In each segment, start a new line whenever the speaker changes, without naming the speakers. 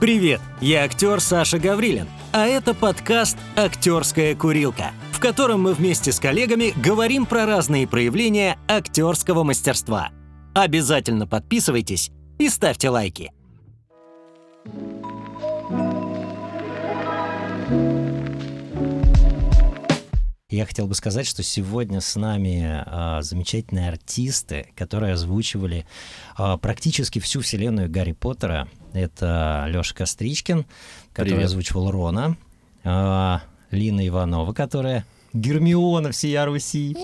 Привет, я актер Саша Гаврилин, а это подкаст «Актерская курилка», в котором мы вместе с коллегами говорим про разные проявления актерского мастерства. Обязательно подписывайтесь и ставьте лайки. Я хотел бы сказать, что сегодня с нами а, замечательные артисты, которые озвучивали а, практически всю вселенную Гарри Поттера. Это Леша Костричкин, который
Привет.
озвучивал Рона, а, Лина Иванова, которая Гермиона всея Руси.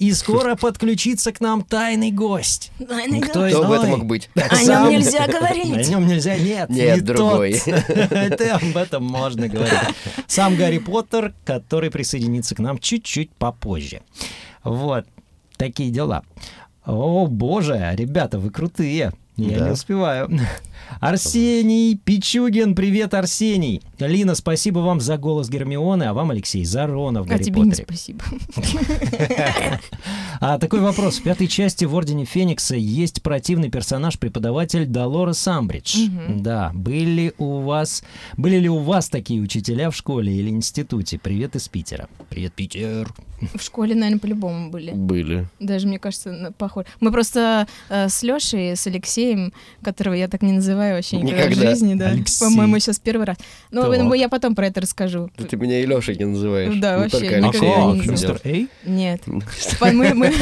И скоро подключится к нам тайный гость.
Тайный
Кто
гость.
из-
Кто бы это
Ой.
мог быть?
О
Сам-
нем нельзя
О
говорить.
нем нельзя, нет,
Нет,
не
другой.
тот. Это об этом можно говорить. Сам Гарри Поттер, который присоединится к нам чуть-чуть попозже. Вот, такие дела. О, боже, ребята, вы крутые. Я
Да.
не успеваю. Арсений Пичугин, привет, Арсений. Лина, спасибо вам за голос Гермионы, а вам, Алексей, за Рона в
А
Гарри
тебе не
Поттере.
спасибо.
А такой вопрос. В пятой части в Ордене Феникса есть противный персонаж, преподаватель Долора Самбридж.
Мгм.
Да. Были у вас, были ли у вас такие учителя в школе или институте? Привет из Питера. Привет, Питер.
В школе, наверное, по-любому были.
Были.
Даже, мне кажется, на- похоже. Мы просто э, с Лешей, с Алексеем, которого я так не называю вообще никогда,
Никогда.
в жизни, да.
Алексей.
По-моему, сейчас первый раз. Но
Так.
ну, я потом про это расскажу.
Да ты меня и Лешей не называешь.
Да,
не
вообще,
только
никогда
Алексея,
не
в общем,
мистер
дело.
Эй?
Нет. По- мы- мы-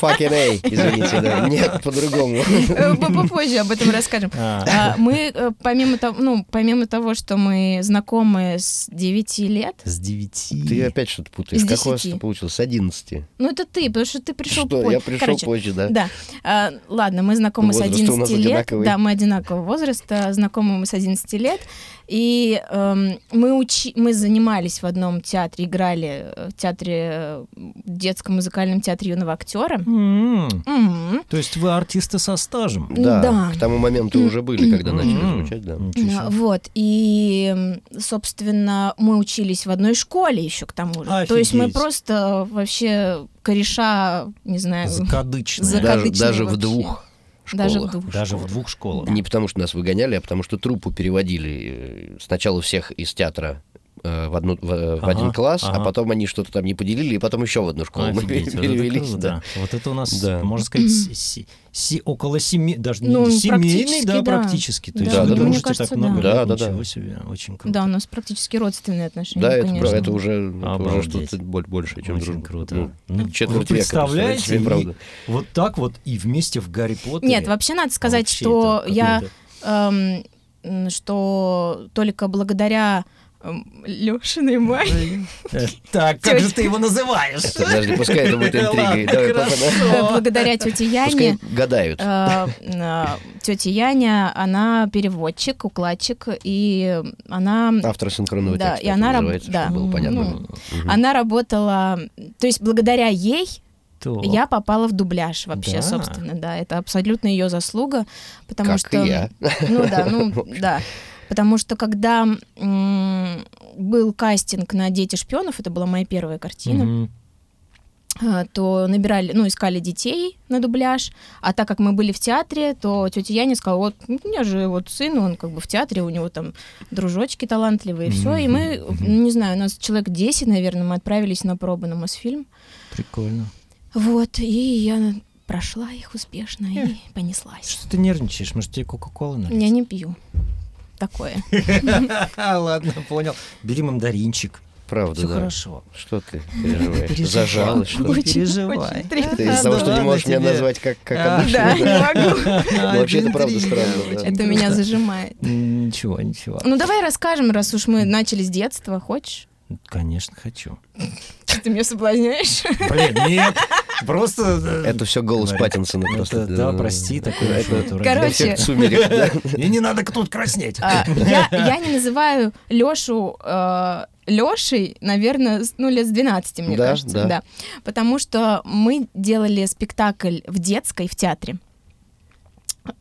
Fucking A, извините, да. Нет, по-другому.
э, по- Попозже об этом расскажем. А, Мы, э, помимо того, ну, помимо того, что мы знакомы с 9 лет,
С девяти.
Ты опять что-то путаешь.
Из
Как у вас
десяти.
это получилось? С 11.
ну это ты, потому что ты пришел
Что,
позже.
я пришел
Короче,
позже, да?
Да. А, ладно, мы знакомы с
Возраст у нас
11 лет.
одинаковый.
Да, мы одинакового возраста, знакомы мы с 11 лет. И эм, мы, учи... мы занимались в одном театре, играли э, в театре, э, детском музыкальном театре юного актера. М-м-м.
М,
М.
То есть вы артисты со стажем?
Да,
Да.
к тому моменту уже были, когда начали
М,
звучать, да.
ничего себе.
А, Вот, и, м, собственно, мы учились в одной школе еще к тому же. То есть мы
Офигеть.
просто вообще кореша, не знаю,
Закадычные.
Зак-
Даже,
Закадычные
даже в
вообще.
двух школах.
даже в двух
Даже в
школах.
двух школах.
Не потому что нас выгоняли, а потому что труппу переводили э, сначала всех из театра э, в, одну, в, э, в
Ага,
один класс,
ага.
а потом они что-то там не поделили, и потом еще в одну школу мы
Офигеть, вот это
перевелись.
круто.
Да.
Вот это у нас,
Да.
можно сказать, с- си- си- около семи, даже не
Ну,
семейный,
практически,
да,
да.
практически. То есть
Да,
вы
да, да.
дружите
Мне кажется,
так много
да.
лет,
Да, да, да.
ничего себе, очень круто.
Да, у нас практически родственные отношения,
Да, это,
Ну, конечно.
про- это уже, это уже
Обалдеть.
что-то боль- больше, чем
очень
дружба.
круто.
Ну,
Ну,
четверть
вы
века, представляете
представляете,
себе,
и
правда.
вот так вот и вместе в Гарри Поттере. А
Нет, вообще надо сказать,
Вообще
что
это
я,
какой-то-
эм, м, что только благодаря эм, Лешиной маме,
Э, Так, как же
Тётя.
ты его называешь?
Так, Подожди, пускай это будет интригой.
Ладно,
Давай,
хорошо.
Папа,
благодаря тете
да. Пускай
Яне,
гадают.
э, э, тетя Яня, она переводчик, укладчик, и она
Автор синхронного
да,
текста.
и она
это
раб-
называется,
да.
чтобы было понятно.
Ну,
Мгм.
она работала, то есть благодаря ей
То.
я попала в дубляж вообще,
Да.
собственно, да, это абсолютно ее заслуга, потому
Как
что
и я.
Ну да, ну да. Потому что когда м, был кастинг на «Дети шпионов», это была моя первая картина,
Мгм.
а, то набирали, ну, искали детей на дубляж, а так как мы были в театре, то тетя Яня сказала, вот, ну, у меня же вот сын, он как бы в театре, у него там дружочки талантливые, и все, и мы, ну,
Мгм.
не знаю, у нас человек 10, наверное, мы отправились на пробы на Мосфильм,
Прикольно.
вот, и я прошла их успешно и
Хм.
понеслась.
Что ты нервничаешь? Может, тебе Кока-Колы налить?
Я не пью такое.
Ладно, понял. Бери мандаринчик.
Правда,
Все
да.
хорошо.
Что ты
Не
переживаешь?
переживай.
Зажалась, что ли?
Не переживай.
очень трепетно.
Ты из-за того, что не
Ладно
можешь меня
тебе.
назвать как, как
А.
обычно.
Да, не могу.
Ну,
вообще это правда странно, да.
Это меня зажимает.
Ничего, ничего.
Ну давай расскажем, раз уж мы начали с детства, хочешь?
Ну, Конечно, хочу.
Что ты меня соблазняешь?
Блин, нет, просто... э,
Это все голос
Говорит.
Паттинсона просто.
это, да, прости, такое
Это-
что-то вроде.
Во
Короче,
всех сумерек, да.
Мне не надо тут краснеть.
А, Я я не называю Лешу Лешей, наверное, с- ну лет с 12, мне
Да,
кажется.
да.
Да. Потому что мы делали спектакль в детской, в театре.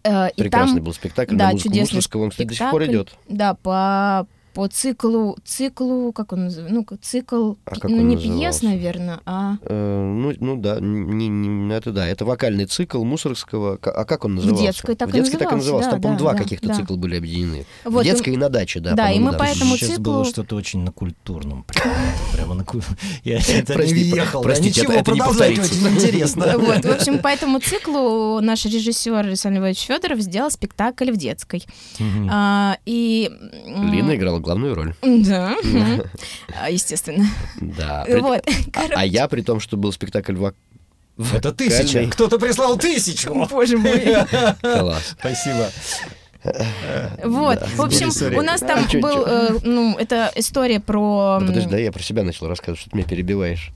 Э, и там-
Прекрасный был спектакль на
да,
музыку
чудесный
Мусорского, он, кстати, до сих пор
спектакль.
идет.
Да, по по циклу, циклу, как он называется, ну, к- цикл,
А
пи-
как
ну,
он
не пьес,
назывался?
наверное, а
Э, ну, ну да, не- не- это да, это вокальный цикл Мусоргского. К- А как он назывался?
детской так и
детской так и назывался.
назывался,
Там,
да,
по-моему,
да,
два
да,
каких-то
да.
цикла были объединены.
вот,
в
и-
детской и на даче, да.
Да, и
по-моему,
мы поэтому
Сейчас
циклу-
было что-то очень на культурном. прям. Прямо на ку- Я это не
Прости,
въехал. Да
простите,
Ничего,
это- это не
продолжайте,
повторится.
очень интересно.
Вот, в общем, по этому циклу наш режиссер Александр Львович Федоров сделал спектакль в детской.
Мгм.
А, и... м,
Лина играла главную роль.
Да, мгм. А, естественно.
Да. при-
Вот,
А, а я, при том, что был спектакль вок...
Это тысяча.
вокальный.
Кто-то прислал тысячу.
боже мой.
Класс.
Спасибо.
Вот,
Да,
в общем,
сори.
у нас
А,
там
чё, чё?
был, э, ну, это история про...
Да
м,
Ну, подожди, да я про себя начал рассказывать, что ты меня перебиваешь.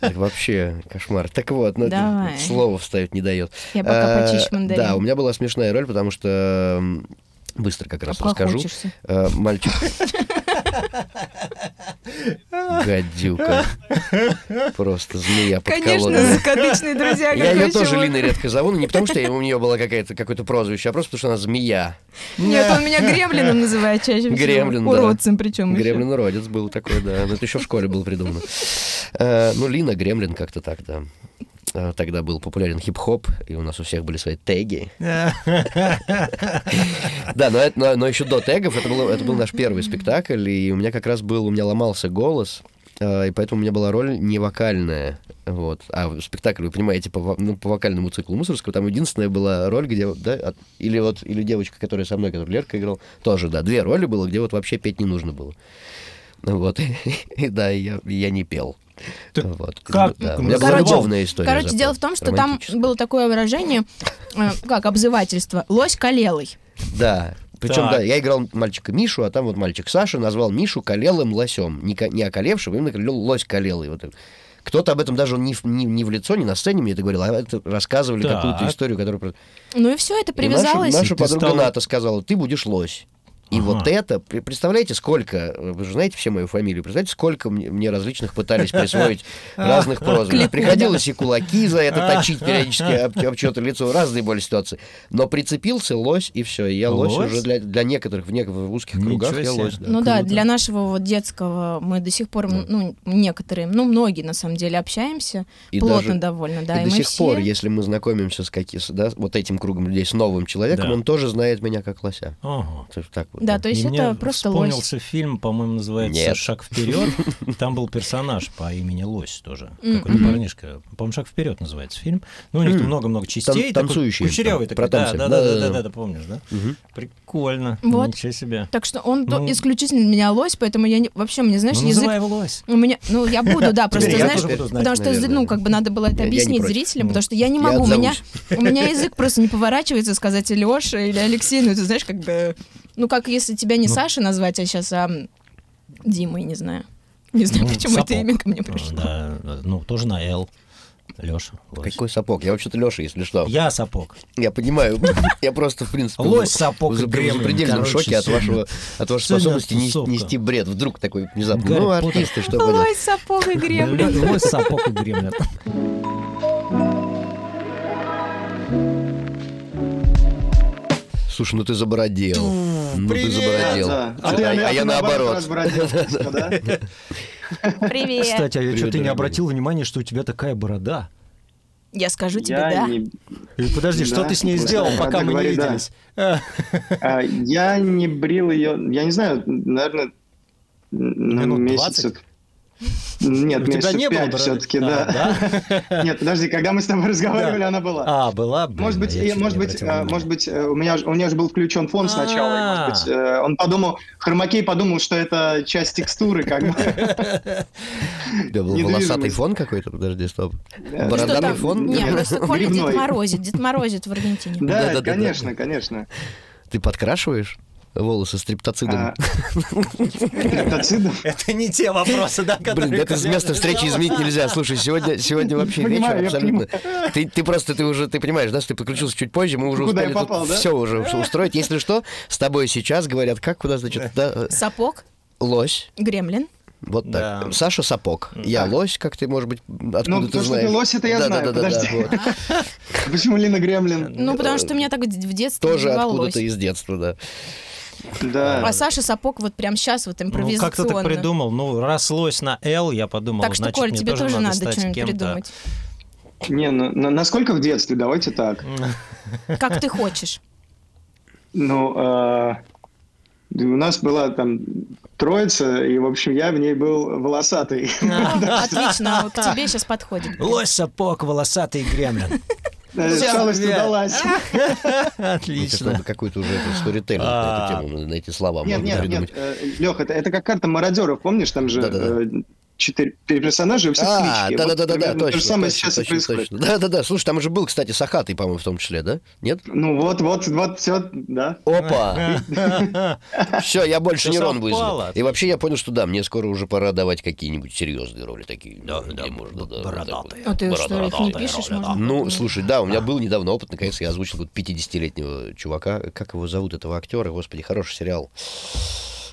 Так Вообще кошмар. Так вот, ну,
Давай.
слово вставить не дает.
Я пока
Э,
почищу мандарин.
Да, у меня была смешная роль, потому что м, быстро как
А
раз расскажу.
Обхохочешься.
Э, Мальчик. Гадюка. Просто змея
Конечно,
подколодная.
закадычные друзья.
Я ее
какой
тоже
чувак.
Линой редко зову, но не потому, что я- у нее было какое-то какое-то прозвище, а просто потому, что она змея.
Нет, он меня гремлином называет чаще всего.
Гремлин, да.
Уродцем причем еще.
Гремлин родец был такой, да. Но это еще в школе было придумано. Э, Ну, Лина, Гремлин как-то так, да. Э, Тогда был популярен хип-хоп, и у нас у всех были свои теги. Да, но, это- но, еще до тегов это, было, это был наш первый спектакль, и у меня как раз был, у меня ломался голос, э, и поэтому у меня была роль не вокальная. Вот. А в спектакль, вы понимаете, по, во- ну, по вокальному циклу Мусорского, там единственная была роль, где, да, от- или вот, или девочка, которая со мной, которую Лерка играл, тоже, да, две роли было, где вот вообще петь не нужно было. Ну Вот, и да, и я, и я не пел.
Ты
вот.
как?
Да, у меня была
Короче-
любовная история.
Короче,
зато,
дело в том, что там
романтическая.
было такое выражение, э, как обзывательство, лось калелый.
Да. Причем,
Так.
да, я играл мальчика Мишу, а там вот мальчик Саша назвал Мишу калелым лосем. Не, ко- не околевшим, а именно калел- лось калелый. Вот. Кто-то об этом даже не в, не- не в лицо, не на сцене мне это говорил, а это рассказывали
Так.
какую-то историю, которая... про-
Ну и все, это
И наша-
привязалось.
Наша,
И ты
подруга
стала-
Ната сказала, ты будешь лось. И
Ага.
вот это, пре- представляете, сколько, вы же знаете все мою фамилию, представляете, сколько мне, мне различных пытались присвоить разных прозвищ. Приходилось и кулаки за это точить периодически об, об чьё-то лицо, разные были ситуации. Но прицепился лось, и все, я лось,
Лось?
уже для, для некоторых, в, нек- в узких
Ничего
кругах
себе.
я лось. да.
Ну да,
Круто.
для нашего вот детского мы до сих пор, м, ну, некоторые, ну, многие на самом деле общаемся,
И
плотно
даже-
довольно, да,
и
и,
до
мы
сих
все...
пор, если мы знакомимся с каким, да, вот этим кругом людей, с новым человеком,
Да.
он тоже знает меня как лося.
Ого.
То есть так вот.
Да, то есть
И
это
мне
просто лось.
вспомнился фильм, по-моему, называется
Нет.
«Шаг вперед». Там был персонаж по имени Лось тоже.
Мгм.
Какой-то парнишка. По-моему, «Шаг вперед» называется фильм. Ну, у них
Мгм.
там много-много частей.
Тан-
такой
танцующий
Кучерявый такой.
там, про
Да,
танцы.
да, да, да, да,
Да-да-да.
да, помнишь, да?
Мгм.
Прикольно.
Вот.
Ничего себе.
Так что он до-
Ну.
исключительно меня лось, поэтому я не... вообще мне, знаешь,
Ну,
язык...
называй его Лось.
У меня, ну, я буду, да, просто,
я
знаешь,
тоже буду знать,
потому что,
наверное,
ну,
да.
как бы надо было это
Я- я не
объяснить
против.
зрителям,
Ну.
потому что я не
Я
могу, у меня,
отзовусь.
у меня язык просто не поворачивается сказать Леша или Алексей, ну, ты знаешь, как бы, ну, как если тебя не
Ну.
Саша назвать, а сейчас а, м, Димой, не знаю. Не знаю,
Ну,
почему это
сапог.
имя ко мне
А,
пришло.
Да, ну, тоже на «Л». Леша, Лось.
Какой сапог? Я вообще-то Леша, если что.
Я сапог.
Я понимаю, я просто, в принципе,
Лось,
в-
сапог и
в зап- в
гремлин,
запредельном
короче,
шоке от
сегодня.
вашего от вашей
Сегодня
способности нес-
тусовка.
нести бред. Вдруг такой внезапно.
Гарри
Ну,
Поттер.
артисты, что поделать.
Лось, сапог и гремлин.
Лось, сапог и гремлин.
Слушай, ну ты забородел. Ну ты забородел.
Да,
А
ты,
я- а я
Алёша,
наоборот.
разбродил, да?
Привет.
Кстати, а я
Привет,
что, ты не
дорогой.
обратил внимания, что у тебя такая борода?
Я скажу тебе,
Я
да.
не-
И подожди, что
Да,
ты с ней
да,
сделал,
да,
пока
да,
мы не
говори, да.
виделись?
а, Я не брил ее, я не знаю, наверное, ну,
Минут
месяцев. Нет,
У тебя
месяцев
не было
пять
бороды?
все-таки,
А,
да. Нет, подожди, когда мы с тобой разговаривали,
Да.
она была.
А, была? Блин,
Может быть,
я
и-
чуть не А.
может быть,
обратил
э,
внимания.
может быть, э, у меня ж- у меня же был включен фон сначала, и, может быть, э, он подумал, Хромакей подумал, что это часть текстуры, как бы.
У тебя был
недвижимость.
волосатый фон какой-то? Подожди, стоп.
Да.
Ну, что
Бородатый
там?
фон?
Не, просто Коля Дед
Грибной.
Морозит. Дед Морозит в Аргентине.
Да,
Да-да-да-да.
конечно, конечно.
Ты подкрашиваешь волосы с
А,
триптоцидом?
Триптоцидом?
Это не те вопросы, да, которые...
Блин, это с места встречи
Ну,
изменить нельзя. Слушай, сегодня, сегодня вообще
Понимаю,
вечер
я
абсолютно. Ты, ты просто, ты уже, ты понимаешь, да, что ты подключился чуть позже, мы уже
Куда я
успели
попал, да?
все уже устроить. Если что, с тобой сейчас говорят, как, куда, значит, да, э,
Сапог,
лось.
гремлин.
Вот так.
Да.
Саша Сапог. Я лось, как ты, может быть, откуда
Ну,
ты
то, что
знаешь.
ты лось, это я знаю, подожди.
вот.
Почему Лина Гремлин?
Ну, потому что меня так в детстве
Тоже
называл лось.
откуда-то из детства, да.
Да.
А Саша Сапог вот прям сейчас вот
Ну, как ты
импровизационно.
так придумал? Ну, рослось на Л, я подумал,
Так что,
значит,
Коль,
мне
тебе
тоже,
тоже
надо,
надо
стать
что-нибудь
кем-то.
придумать.
Не, ну, на- насколько в детстве, давайте так.
Как ты хочешь.
Ну, э, у нас была там троица, и, в общем, я в ней был волосатый.
Ну, Отлично, к тебе сейчас подходит.
Лось, сапог, волосатый гремлин.
Э,
Всё,
Шалость
привет.
удалась.
Ну, сейчас надо
Отлично.
какой-то уже это, сторителлинг на эту
А.
тему, на эти слова
Нет,
можно
нет,
придумать.
нет, Лех, это, это как карта мародеров, помнишь, там же
Да-да-да.
э, четыре персонажа, у всех
А,
клички.
да, да,
Вот
да, да, да,
примерно То
точно.
же самое
точно,
сейчас и
точно,
происходит.
точно. Да, да, да. Слушай, там же был, кстати, Сахатый, по-моему, в том числе, да? Нет?
Ну вот, вот, вот, все, да.
Опа! Все, я
Всё
больше нейрон
совпало.
вызвал. И вообще я понял, что да, мне скоро уже пора давать какие-нибудь серьезные роли такие. Да, да, можно, да,
бородатые.
А ты что, их не
Бородатая
пишешь?
роля,
может быть?
Ну, слушай, да, у меня был недавно опыт, наконец, я озвучил вот 50-летнего чувака. Как его зовут, этого актера? Господи, хороший сериал.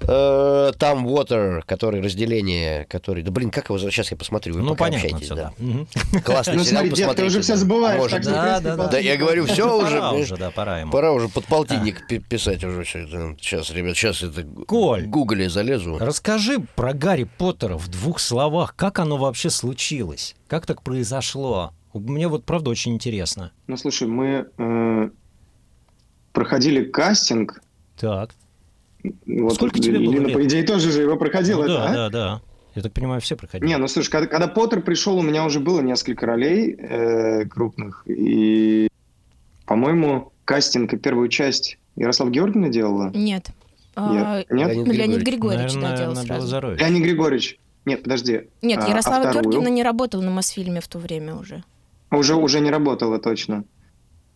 Э, Там Уотер, который разделение, который... Да блин, как его... зовут? Сейчас я посмотрю, вы
Ну,
пока
понятно
общайтесь,
всё,
да.
да. Мгм.
Классный сериал,
Ну смотри, дед, ты
посмотрите,
уже все
да.
забываешь.
Может,
так что, в
да,
принципе,
да,
по-
да.
Да, я говорю, все
Пора
уже.
уже, да, пора ему.
Пора уже подполтинник пи- писать уже все это. Сейчас, ребят, сейчас это г-
Коль.
в гугле залезу.
Расскажи про Гарри Поттера в двух словах. Как оно вообще случилось? Как так произошло? Мне вот правда очень интересно.
Ну слушай, мы э, проходили кастинг.
Так.
Вот,
Сколько тебе было
Лина,
лет?
по идее, тоже же его
Ну
проходила. это,
да,
а?
да, да. Я так понимаю, все проходили.
Не, ну слушай, когда, когда Поттер пришел, у меня уже было несколько ролей э, крупных. И, по-моему, кастинг и первую часть Ярослав Георгиевна делала.
Нет. А,
Я- Нет?
Леонид
Леонид
Григорьевич.
Григорьевич, да, делал
Наверное,
сразу.
Белозарович.
Леонид Григорьевич. Нет, подожди.
Нет,
А,
Ярослава
а вторую?
Георгиевна не работала на Мосфильме в то время уже.
Уже, уже не работала точно.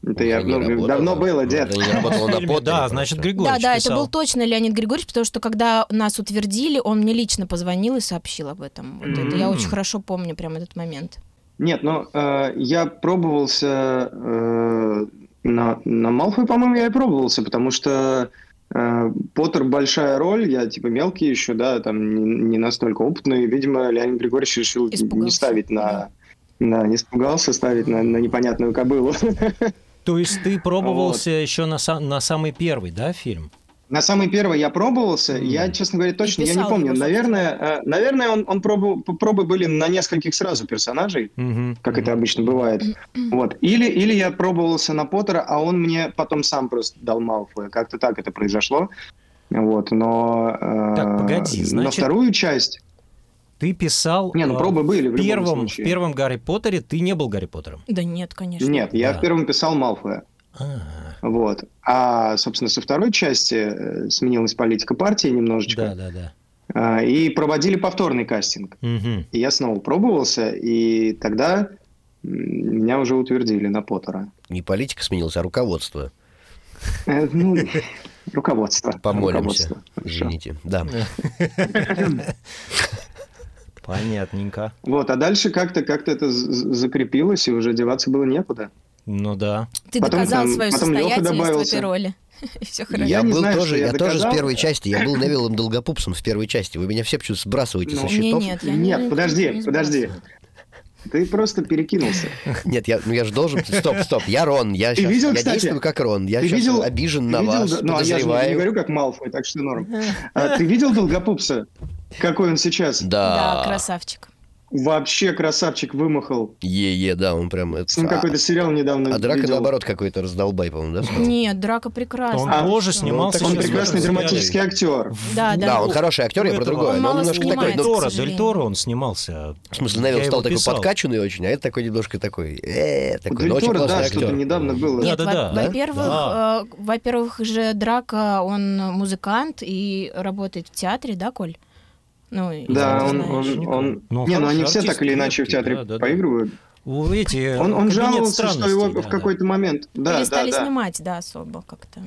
Это
Уже
я
не
ну,
работала.
давно было,
Уже
дед.
не работала на
Да,
Поттере просто.
значит, Григорьевич
да, да, это
писал.
был точно Леонид Григорьевич, потому что когда нас утвердили, он мне лично позвонил и сообщил об этом. Вот это я
М.
очень хорошо помню прям этот момент.
Нет, ну э, я пробовался э, на, на Малфой, по-моему, я и пробовался, потому что э, Поттер большая роль, я типа мелкий еще, да, там не, не настолько опытный, и, видимо, Леонид Григорьевич решил не
Испугался.
ставить на... на- не испугался ставить на, на непонятную кобылу.
То есть ты пробовался еще на, са- на самый первый, да, фильм?
На самый первый я пробовался,
М.
я, честно говоря, точно, я не
писал
помню.
его, собственно.
Наверное, э, наверное, он, он пробовал, пробы были на нескольких сразу персонажей.
Мгм.
как это
Мгм.
обычно бывает. Вот. Или, или я пробовался на Поттера, а он мне потом сам просто дал Малфоя. Как-то так это произошло. Вот, но... э,
Так, погоди,
На
значит-
вторую часть...
Ты писал...
Не, ну
э,
пробы были в
в
любом
первом, в
случае.
первом Гарри Поттере ты не был Гарри Поттером.
Да нет, конечно.
Нет, я
Да.
в первом писал Малфоя.
А,
Вот. А, собственно, со второй части э, сменилась политика партии
да,
немножечко.
да, да.
А, и проводили повторный кастинг.
Мгм.
И я снова пробовался, и тогда м, меня уже утвердили на Поттера.
Не политика сменилась, а руководство.
Э, ну, руководство.
Помолимся.
Руководство. Хорошо.
Извините. Да.
Понятненько.
Вот, а дальше как-то как это з- з- закрепилось, и уже деваться было некуда.
Ну да.
Ты
Потом
доказал
там-
свою
потом Лёха
состоятельность в
добавился.
этой роли. И все хорошо.
Я
не
был
знаю,
тоже,
что я
я тоже с
доказал.
первой части, я был Невилом Долгопупсом в первой части. Вы меня все почему-то сбрасываете со
Ну,
счетов.
Не, нет, я
Нет,
не-
подожди,
не
подожди.
сбрасываю.
Ты просто перекинулся.
Нет, я, ну я же должен... Стоп, стоп, я Рон. Я,
Ты
щас-
видел,
я
кстати?
действую как Рон. Я
Ты
щас
видел-
обижен на
Ты видел-
вас,
да, Ну, а я же не- не
подозреваю.
говорю, как Малфой, так что норм. А ты видел Долгопупса? Какой он сейчас?
Да.
Да, красавчик.
Вообще красавчик вымахал.
Е-е, да, он прям... это-
С ним
а-
какой-то сериал недавно
А драка,
видел.
наоборот, какой-то раздолбай, по-моему, да? стал?
Нет, драка прекрасна.
Он
А,
тоже
что?
снимался.
так
Он
сейчас в Ну,
прекрасный
этом
драматический
сериале.
актер.
Да, да.
Да, он хороший актер, я
У
про
этого-
другое.
Он
но
мало
немножко такой,
снимается.
ну,
Дель Торо,
к сожалению.
Дель Торо он снимался.
в смысле,
Я
Невилл
его
стал такой
писал.
подкачанный очень, а это такой немножко такой, э
У
такой,
Дель
но очень
Торо,
классный
да,
актер.
что-то недавно было.
Да.
Нет, во- во-первых,
Да.
э, во-первых, же Драка, он музыкант и работает в театре, да, Коль? Ну, и-
Да,
ты
он...
знаешь.
он- он-
Ну,
Не, ну
хороший
они все
артист,
так или иначе в
крепкий, да,
театре
да, да.
поигрывают.
У эти,
э, Он он
Э, кабинет
жаловался, что
странностей,
его
да,
в
да.
какой-то момент... Да, да,
перестали
да.
снимать, да, особо как-то.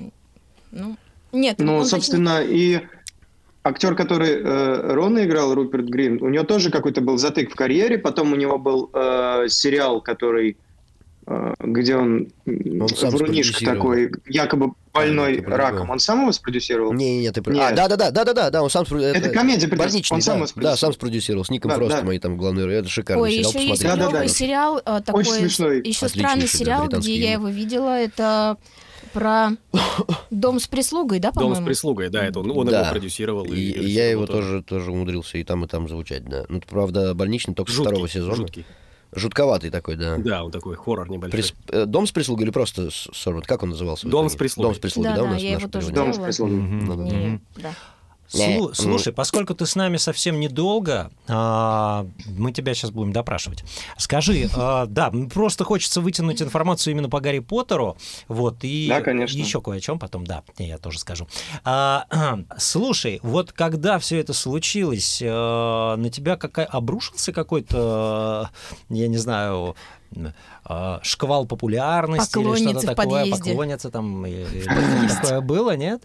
Ну, нет, он
Ну,
точно-
собственно, и актер, который э, Рона играл, Руперт Грин, у него тоже какой-то был затык в карьере. Потом у него был э, сериал, который э, где он, м,
Он сам
врунишка
спродюсировал.
такой, якобы больной
это по-другому.
раком. Он сам его спродюсировал?
Не-не-не, ты... про-
Нет.
А, да-да-да, да-да-да, да, он сам... спроду-
Это комедия, приказ-
Больничный,
он сам
да,
его
да,
спродюсировал.
сам спродюсировал, с Ником
Да,
Фростом,
да.
они там главные роли, это шикарный
Ой,
сериал,
еще есть
посмотрите.
клевый
Да-да-да.
сериал, э, такой,
Очень смешной.
еще
Отличнейший,
странный
да,
сериал,
британский
где я
юмор.
его видела, это про дом с прислугой, да,
Дом
по-моему?
с прислугой, да, это он, он
Да.
его продюсировал.
И, и я его тоже, тоже умудрился и там, и там звучать, да. Ну, это, правда, больничный только со
Жуткий,
второго сезона.
жуткий.
Жутковатый такой, да.
Да, он такой хоррор небольшой.
Прис- э, Дом с прислугой или просто с- сорван? Как он назывался? в
Дом
итоге?
с прислугой.
Дом с прислугой, да,
Да-да,
у нас
я
наше
его тоже
переводное?
Дом с
Дело.
прислугой.
Мгм.
Не,
Мгм.
да.
Слу-
Э,
Слушай, поскольку ты с нами совсем недолго, а, мы тебя сейчас будем допрашивать. Скажи, а, да, м, просто хочется вытянуть информацию именно по Гарри Поттеру, вот и
Да, конечно.
еще кое о чем потом, да, я тоже скажу. А, слушай, вот когда все это случилось, э, на тебя какая обрушился какой-то, э, я не знаю. м, э, шквал популярности или
Поклонницы
что-то
в
такое,
подъезде.
поклонница там, и- и что-то такое было, нет?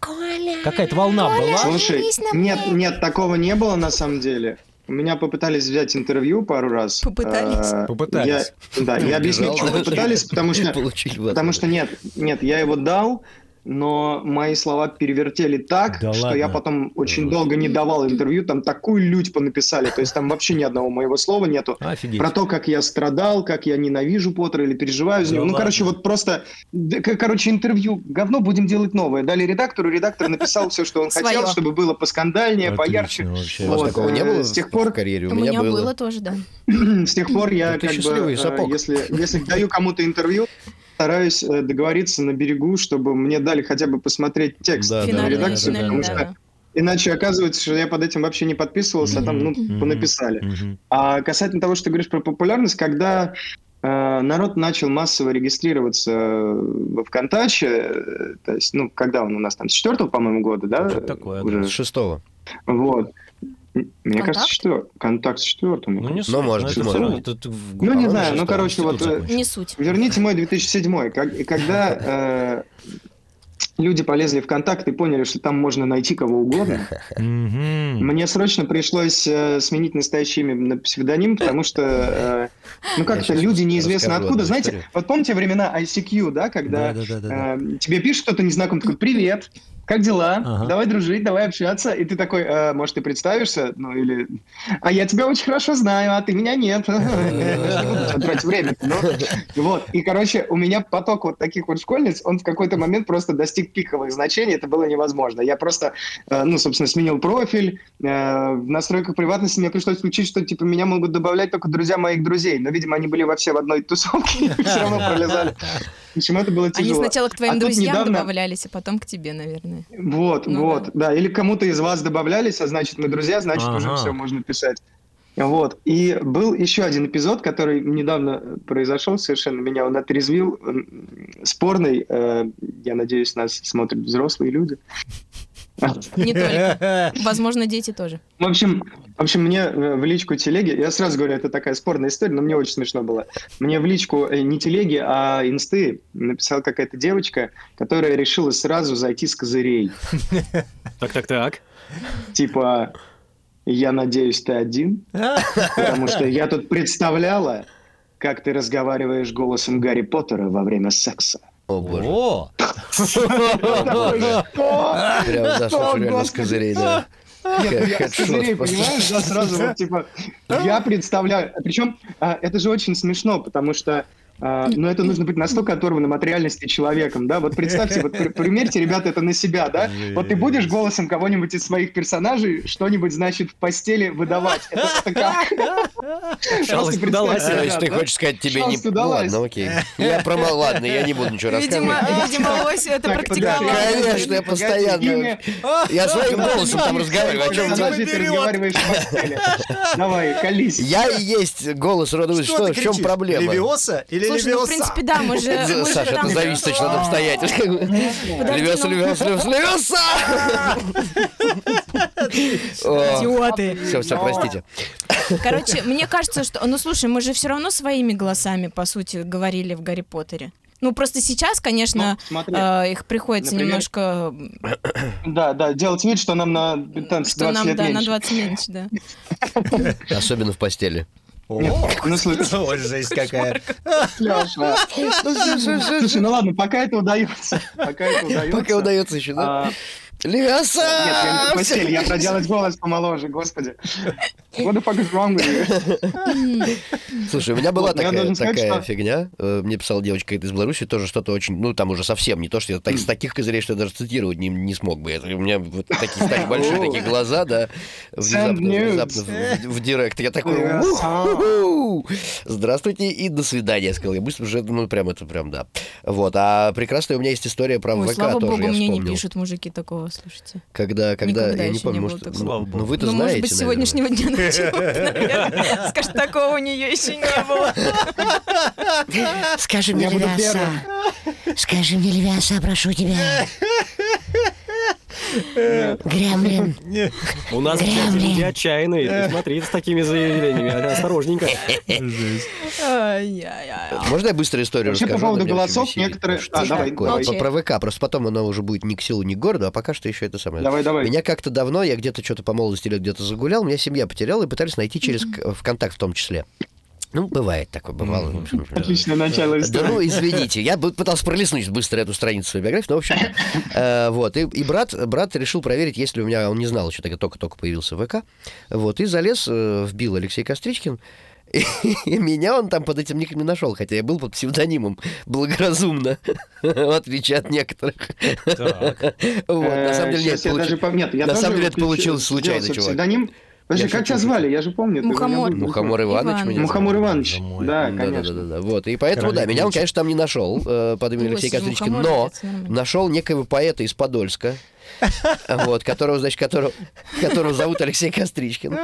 Какая-то волна была?
Слушай,
Ложись на
нет,
плед.
нет, такого не было на самом деле. У Меня попытались взять интервью пару раз.
Попытались?
Э,
Попытались.
я- да, я объясню,
Бежал,
почему
да,
попытались,
и
потому что
получили в
Потому
ответ.
что нет, нет, я его дал, но мои слова перевертели так,
Да
что
ладно?
я потом очень долго не давал интервью, там такую лють понаписали, то есть там вообще ни одного моего слова нету.
Офигеть.
Про то, как я страдал, как я ненавижу Поттера или переживаю за
Да
него. Ну,
ладно.
короче, вот просто... да, к- Короче, интервью. Говно, будем делать новое. Дали редактору, редактор написал все, что он хотел,
Своё.
чтобы было поскандальнее, поярче.
Ну,
У вас
Вот,
такого не
э,
было
с тех
в-
пор-
в карьере?
У меня было тоже, да.
С тех пор я
Ну, ты
как бы,
счастливый
э,
сапог.
если, если даю кому-то интервью, стараюсь э, договориться на берегу, чтобы мне дали хотя бы посмотреть текст
Да,
на
да,
Финальный,
да,
редакцию,
да,
финальный,
потому
да,
что
да.
иначе оказывается, что я под этим вообще не подписывался, а там, ну,
Мгм.
понаписали.
Мгм.
А касательно того, что ты говоришь про популярность, когда э, народ начал массово регистрироваться э, во ВКонтакте, э, то есть, ну, когда он у нас там, с четвертого, по-моему, года, да?
Что-то такое, да.
уже?
С шестого.
Вот. М- Мне
Контакт?
кажется, что контакт с четвертым.
Ну, не суть,
может быть,
это
может
всё
быть.
равно, тут в-
Ну, не
а
знаю,
же
ну,
что,
короче,
институт
вот, э,
закончил.
Не суть.
Верните мой 2007, как, и когда э, люди полезли в контакт и поняли, что там можно найти кого угодно,
Мгм.
мне срочно пришлось э, сменить настоящее имя на псевдоним, потому что, э, ну
Я
как-то
щас
люди неизвестно
расскажу
откуда,
одну
знаете,
историю.
вот помните времена ICQ, да, когда
Да-да-да-да-да.
э, тебе пишет кто-то незнакомый, такой, привет, как дела?
Ага.
Давай дружить, давай общаться. И ты такой, «Э, может, ты представишься? Ну, или... А я тебя очень хорошо знаю, а ты меня нет. Я не буду тратить время. Ну, Вот. И, короче, у меня поток вот таких вот школьниц, он в какой-то момент просто достиг пиковых значений, это было невозможно. Я просто, э, ну, собственно, сменил профиль. Э, В настройках приватности мне пришлось включить, что, типа, меня могут добавлять только друзья моих друзей. Но, видимо, они были вообще в одной тусовке и все равно пролезали. Почему это было
Они
тяжело?
сначала к
А
твоим
тут
друзьям
недавно-
добавлялись, а потом к тебе, наверное.
Вот,
Ну
вот, да. Или кому-то из вас добавлялись, а значит, мы друзья, значит, уже
Ага.
все можно писать. Вот. И был еще один эпизод, который недавно произошел, совершенно меня он отрезвил. М, Спорный, э, я надеюсь, нас смотрят взрослые люди.
Не только. Возможно, дети тоже.
В общем, в общем, мне э, в личку телеги, я сразу говорю, это такая спорная история, но мне очень смешно было. Мне в личку э, не телеги, а инсты написала какая-то девочка, которая решила сразу зайти с козырей.
Так, так, так.
Типа, я надеюсь, ты один, потому что я тут представляла, как ты разговариваешь голосом Гарри Поттера во время секса.
О, боже.
О,
Что?
Прям, да, что реально с козырей, да.
Нет, ну я с
Хедшот
козырей,
просто.
понимаешь, да, сразу вот, типа, я представляю. Причем а, это же очень смешно, потому что а, но это нужно быть настолько оторванным от реальности человеком, да? Вот представьте, вот при- примерьте, ребята, это на себя, да? Вот ты будешь голосом кого-нибудь из своих персонажей что-нибудь, значит, в постели выдавать. Это как?
Шалость удалась.
То
представьте,
есть
да,
ты
да.
хочешь сказать, тебе не...
Шанс
Ну
удалась.
ладно, окей. Я промолчу, ладно, я не буду ничего
Видимо, а,
рассказывать.
видимо, Лось это
Так,
практиковал.
погоди.
Конечно, я постоянно...
Имя-
Я своим голосом там
Подожди,
разговариваю, о чем вы?
подожди, ты разговариваешь в постели. Давай, колись.
Я и есть голос рода Уилла. Что, в чем проблема?
или
Слушай, ну, в принципе, да, мы же... мы же
Саша, это
там-
зависит точно от обстоятельств.
Подожди,
Левес,
ну-
левес, левес, левеса!
Идиоты.
Все, все, простите.
Короче, мне кажется, что... Ну, слушай, мы же все равно своими голосами, по сути, говорили в «Гарри Поттере». Ну, просто сейчас, конечно,
Ну, смотри.
э, их приходится
Например?
немножко...
Да, да, делать вид, что нам на 15
Что
20
нам,
лет
да, на
меньше.
20 меньше, да.
Особенно в постели.
Ну, слушай,
Ой, жесть какая.
Лёша. Слушай, ну ладно, пока это удается. Пока это удается.
Пока удается еще, да?
А, Нет, я не про
Левеса!
постель, я про делать голос помоложе, господи. What the fuck is wrong with you?
Слушай, у меня была
Вот, но я
такая,
должен сказать,
такая
что-
фигня. Э, Мне писала девочка из Беларуси, тоже что-то очень, ну там уже совсем не то, что я так- с таких козырей, что я даже цитировать не, не смог бы. Это у меня вот такие стали большие такие глаза, да,
Send
внезапно,
nudes.
внезапно в- в, в директ. Я такой,
Yes.
«Уху-ху! здравствуйте и до свидания, сказал я быстро, уже, ну прям это прям, да. Вот, а прекрасная у меня есть история про
Ой,
ВК
слава
тоже,
богу,
я
мне не
вспомнил.
пишут мужики такого, слушайте.
Когда, когда,
Никогда
я не
еще
помню,
не было
может,
такого.
ну,
Слава богу.
ну, вы-то
ну,
знаете,
может быть, с
наверное.
сегодняшнего дня начнут, наверное. Скажет, такого у нее еще не было.
Скажи мне,
Я буду
Левиаса.
первым.
Скажи мне, Левиаса, прошу тебя. Гремлин.
У нас в чате
Гремлин.
люди отчаянные. Ты смотри с такими заявлениями. Осторожненько.
Ай-яй-яй.
Можно я быстро историю
Вообще, по
расскажу? Она
поводу
меня очень
голосов
веселит.
некоторые-
Что
А,
ж
давай,
такое?
давай.
Про- Про ВК, просто потом она уже будет ни к силу, ни к городу, а пока что еще это самое.
Давай, давай.
Меня как-то давно, я где-то что-то по молодости лет где-то загулял, меня семья потеряла и пытались найти через к- ВКонтакт в том числе. Ну, бывает такое, бывало. в общем.
Отличное начало
Да
истории.
ну, извините, я бы пытался пролистнуть быстро эту страницу своей биографии, но, в общем, э, вот, и, и брат, брат решил проверить, если у меня, он не знал еще, тогда только-только появился ВК, вот, и залез, э, вбил Алексей Костричкин, и, меня он там под этим ником не нашел, хотя я был под псевдонимом благоразумно, в отличие от некоторых.
Так.
Вот,
Э,
на самом деле, нет,
щас я
получи-
даже пом- нет, я
на
тоже
самом деле, это
включил-
получилось
сделал
случайно,
себе
чувак.
Псевдоним. Подожди,
Я
как
шучу,
тебя
шучу.
звали? Я же помню. ты меня
Мухомор.
был-
Мухомор Иваныч.
Иван.
меня зовут.
Мухомор Иванович.
Боже мой.
Да,
Да, да, да,
конечно.
да, да. Вот. И поэтому, да, меня он, конечно, там не нашел э, под
Ну,
именем
Ой,
Алексей
Сергей
Костричкин, но
Мухомор, это нормально.
нашел некого поэта из Подольска. Вот, которого, значит, которого, которого зовут Алексей Костричкин.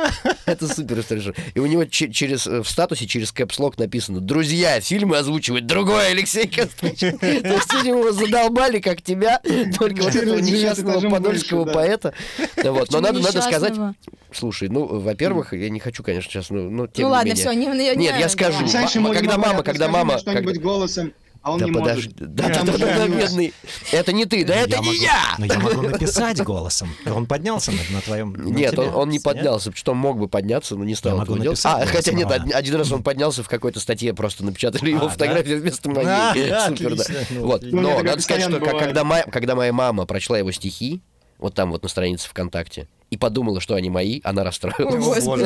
Это супер история. И у него че- через, э, в статусе через кэпслог написано «Друзья, фильмы озвучивает другой Алексей Костричкин». То есть, видимо, его задолбали, как тебя, только вот этого
Теперь
несчастного
этажом
подольского
больше, да.
поэта. Вот, но
Почему
надо, надо сказать,
несчастного?
слушай, ну, во-первых, я не хочу, конечно, сейчас, ну, ну, тем
Ну
не
ладно,
менее.
все, не, не-
Нет, я
не-
скажу.
давай.
Знаешь, ему
Ма- а когда
говорят,
мама, когда
«Расскажи мне
мама,
что-нибудь
когда-
голосом, а он
да
не
подожди,
может.
да, да,
Там
да,
же
да,
Юра.
бедный. Это не ты, да это
могу-
не я!
Но я могу написать голосом. Он поднялся на, на твоем... на
Нет,
Ну, тебе?
он, он не
Нет?
поднялся, что мог бы подняться, но не стал
Я
этого
могу
делать.
написать
А, хотя
голосом,
нет,
а.
од- один раз он поднялся в какой-то статье, просто напечатали его
А,
фотографию вместо моей.
Да, да,
Супер, да.
отлично. Ну,
Вот.
отлично.
Ну,
Но
это как
надо сказать, что
постоянно
ка-
бывает.
когда моя, когда моя мама прочла его стихи, вот там вот на странице ВКонтакте, и подумала, что они мои, она
Ой,
расстроилась.
господи.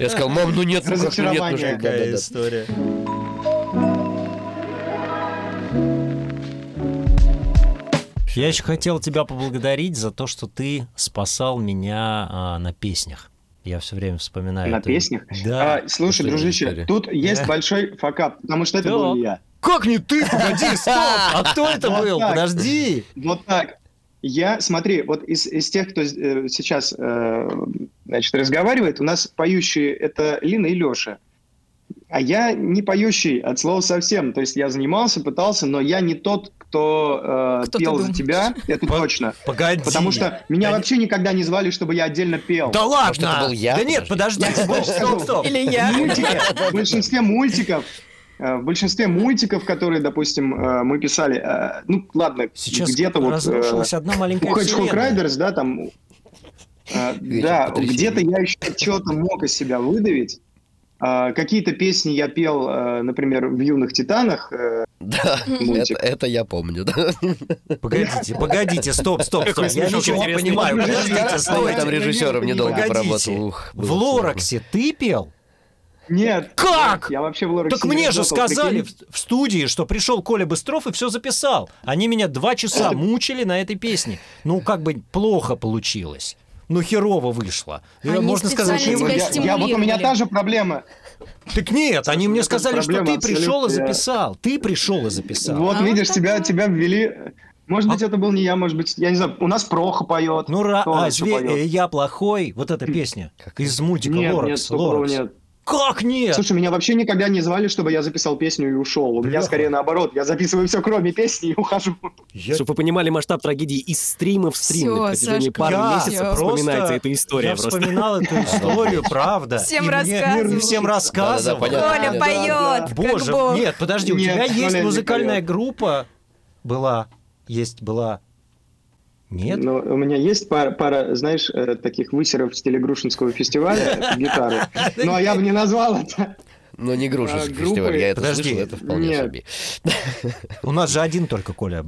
Я сказал, мам, ну нет, ну как, ну нет, ну
Разочарование.
что, да, да, да.
история. Я еще хотел тебя поблагодарить за то, что ты спасал меня а, на песнях. Я все время вспоминаю.
На
эту-
песнях?
Да.
А, слушай,
Это
дружище,
история.
тут есть большой факап, потому что это
Да.
был не я.
Как не ты? Погоди, стоп! А кто это
Вот
был?
так.
Подожди.
Вот так. Я, смотри, вот из, из тех, кто э, сейчас э, значит, разговаривает, у нас поющие это Лина и Леша. А я не поющий от слова совсем. То есть я занимался, пытался, но я не тот, кто, э,
Кто ты
пел за
думаешь?
тебя. Это
Вот.
точно.
Погоди.
Потому что меня вообще никогда не звали, чтобы я отдельно пел.
Да ладно!
Может, это был я?
Да нет, подожди, стоп, стоп, стоп.
Или я.
В большинстве мультиков, э, в большинстве мультиков, которые, допустим, э, мы писали, э, ну ладно,
Сейчас
где-то вот э,
разрушилась одна маленькая
Хоть Hulk
вселенная.
Riders, да, там... э,
Вечер
Да,
потрясений.
где-то я еще что-то мог из себя выдавить. А, Какие-то песни я пел, э, например, в «Юных титанах». э,
Да, это,
Мультик.
это я помню, да.
Погодите, погодите, стоп, стоп, стоп. Я
смешок
ничего не
интересный.
понимаю.
Уже
Подождите,
стараюсь,
стойте.
Ой, там режиссером недолго
Погодите.
поработал. Ух, было
В Лораксе ты пел?
Нет.
Как?
Я вообще в Лорексе
Так
не
мне же
работал,
сказали
прикинь.
в в студии, что пришел Коля Быстров и все записал. Они меня два часа мучили на этой песне. Ну, как бы плохо получилось. Ну, херово вышло. И
Они
Можно сказать,
специально
что-
тебя
Я- я- Вот у меня
стимулировали.
та же проблема.
Так нет, они мне
Это
сказали, что
проблема
ты пришел и
абсолютно.
записал. Ты пришел и записал.
Вот,
А
видишь,
вот
тебя,
такая.
тебя ввели... Может быть, это был не я, может быть, я не знаю, у нас Проха поет.
А Ну, ра-
Кто у нас
а,
еще
зве-
поет?
э, я плохой. Вот эта песня. Из мультика
Нет, нет,
Лоракс.
стопудово
Лоракс.
нет.
Как нет?
Слушай, меня вообще никогда не звали, чтобы я записал песню и ушел. У меня
Бляха.
скорее наоборот, я записываю все, кроме песни, и ухожу.
Я-
Чтобы вы понимали масштаб трагедии из стрима в стрим.
Всё,
На протяжении
Сашка,
пары
Я
месяцев
просто-
вспоминается эта история
Я
просто.
вспоминал эту историю, правда.
Всем
И мне-
рассказывал.
Всем рассказывал.
Да-да-да, понятно.
Коля
Да,
да.
поет.
Боже,
как бог.
нет, подожди, у
Нет,
тебя есть
Коля не
музыкальная
поёт.
группа была, есть была, нет?
Но у меня есть пара, пара знаешь, э, таких высеров в стиле Грушинского фестиваля гитары. Ну, а я бы не назвал это.
Ну, не Грушинский
А, группы-
фестиваль, я это
Подожди.
слышал, это вполне
Нет.
себе.
У нас же один только Коля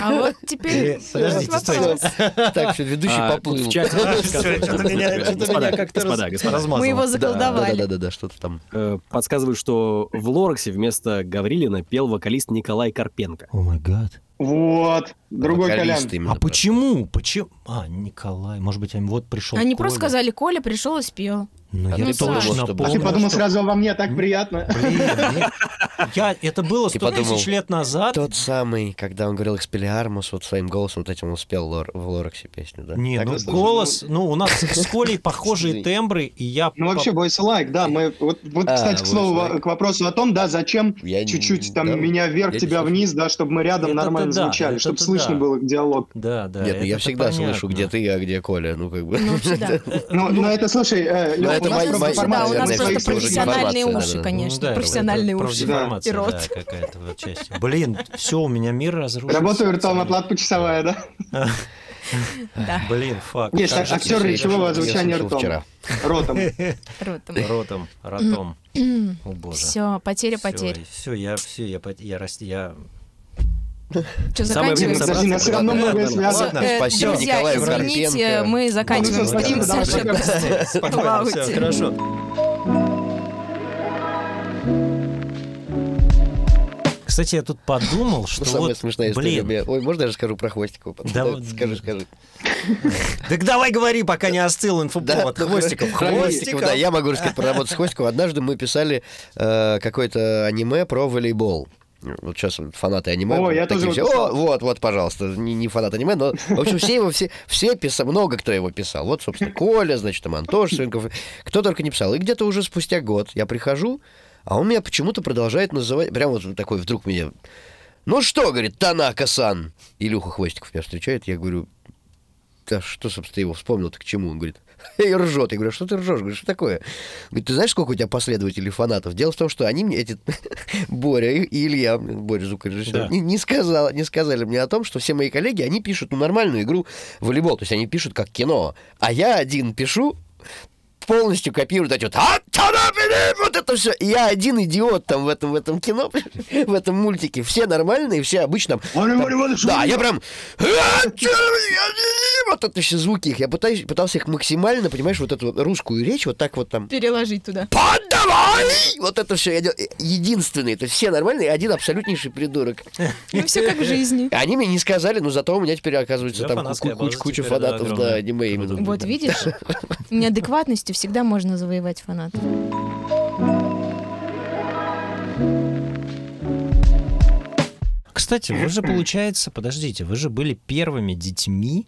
А вот
Или-
Э,
теперь
Подождите,
вопрос.
стойте.
Так, всё, ведущий
А,
поплыл.
в чате тоже
Всё,
сказали.
что-то меня-
Господа,
что-то меня как-то раз-
господа, господа.
размазало.
Мы его заколдовали.
Да-да-да, что-то там.
Э, Подсказывают, что в Лораксе вместо Гаврилина пел вокалист Николай Карпенко.
О май гад.
Вот, другой
Вокалист
Колян.
именно,
А почему? Почему? А, Николай, может быть, они вот пришел.
Они
Коля.
просто сказали, Коля пришел и спел.
Ну,
А
я
ты
точно
подумал,
что
помню,
А ты подумал
что-
сразу обо мне, так приятно.
Блин, блин. я, это было
Ты
100
подумал,
тысяч лет назад.
Тот самый, когда он говорил «Экспелиармус», вот своим голосом вот этим он спел лор- в Лораксе песню, да?
Не,
Так
ну
ты слышал?
голос, ну у нас с Колей похожие тембры, и я...
Ну вообще, voice like, да, мы... Вот, вот,
А,
кстати, к слову,
voice like.
к вопросу о том, да, зачем
Я
чуть-чуть
не-
там
да,
меня
я
вверх,
не
тебя
слышал.
вниз, да, чтобы мы рядом
Это-то
нормально
да,
звучали, чтобы
это-то
слышно
да.
был диалог.
Да, да.
Нет, ну я
это-то
всегда
понятно.
слышу, где ты, а где Коля, ну как бы.
Ну, вообще, да.
Но, но это, слушай, э,
Ну,
Лёш,
это
у нас
мои-
просто
мои-
Да,
формат,
у
наверное,
нас
наверное,
просто
это уже
слушателей.
профессиональные
информация,
уши,
да-да.
Ну
конечно.
да,
Профессиональные
это
уши.
профдеформация,
И рот.
да, какая-то вот часть. Блин, все, у меня мир разрушился.
Работаю ртом, оплата почасовая, да?
Да,
Блин, фак.
Нет,
как
а-
же
Я
актеры
всё-
речевого
слышал
звучания ртом.
вчера.
Ротом.
ротом.
Ротом, ротом. О боже.
Все, потеря потерь.
Все, я, все, я, пот- я, рас- я
Что,
Самое время
заканчиваем?
собраться.
Подожди, у нас все равно
Ладно,
многое
ладно.
связано.
Ладно,
Э,
спасибо,
Друзья,
Николаю
извините,
Карпенко.
мы заканчиваем.
Ну, спасибо,
с
да,
Сашей.
спасибо.
Спокойно, всё,
Лауте.
хорошо. Кстати, я тут подумал, что
Ну, самая
вот,
смешная история. у
блин,
меня- Ой, можно я расскажу про Хвостикова? потом?
Да вот-
Скажи, скажи.
так давай говори, пока не остыл инфоповод.
ну,
Хвостиков,
про Хвостикова,
хвостиков.
Да, я могу рассказать про работу с Хвостиковым. Однажды мы писали э, какое-то аниме про волейбол. Вот сейчас фанаты аниме.
О, я
такие
тоже
все,
вот
«О, вот, вот, пожалуйста, не, не фанат аниме, но, в общем, все его, все, все писали, много кто его писал. Вот, собственно, Коля, значит, там Антош Свинков, кто только не писал. И где-то уже спустя год я прихожу, а он меня почему-то продолжает называть, прям вот такой вдруг меня, ну что, говорит, Танака-сан. Илюха Хвостиков меня встречает, я говорю, да что, собственно, ты его вспомнил, ты к чему? Он говорит, и ржет. Я говорю, «А что ты ржешь? Говорю, что такое? Говорит, ты знаешь, сколько у тебя последователей фанатов? Дело в том, что они мне, эти Боря и и Илья, Боря звукорежиссер,
Да.
не, не, сказал, не сказали мне о том, что все мои коллеги, они пишут ну, нормальную игру в волейбол, то есть они пишут как кино, а я один пишу, полностью копируют эти вот «А, тада, блин!» вот это все. Я один идиот там в этом, в этом кино, в этом мультике. Все нормальные, все обычно. там-
Вали, вали, вали,
да, я прям... «А, чё, я не-» Вот это все звуки их. Я пытаюсь, пытался их максимально, понимаешь, вот эту вот русскую речь вот так вот там...
Переложить туда.
Подавай! Вот это все я делал. Единственный, то есть все нормальные, один абсолютнейший придурок.
Ну, все как в жизни.
Они мне не сказали, но зато у меня теперь оказывается
Да,
там ку-
фанатская
ку- куча,
база
куча
теперь, да,
фанатов, да,
огромная.
аниме именно.
Вот
Да.
видишь, неадекватностью всегда можно завоевать фанатов.
Кстати, вы же, получается, подождите, вы же были первыми детьми,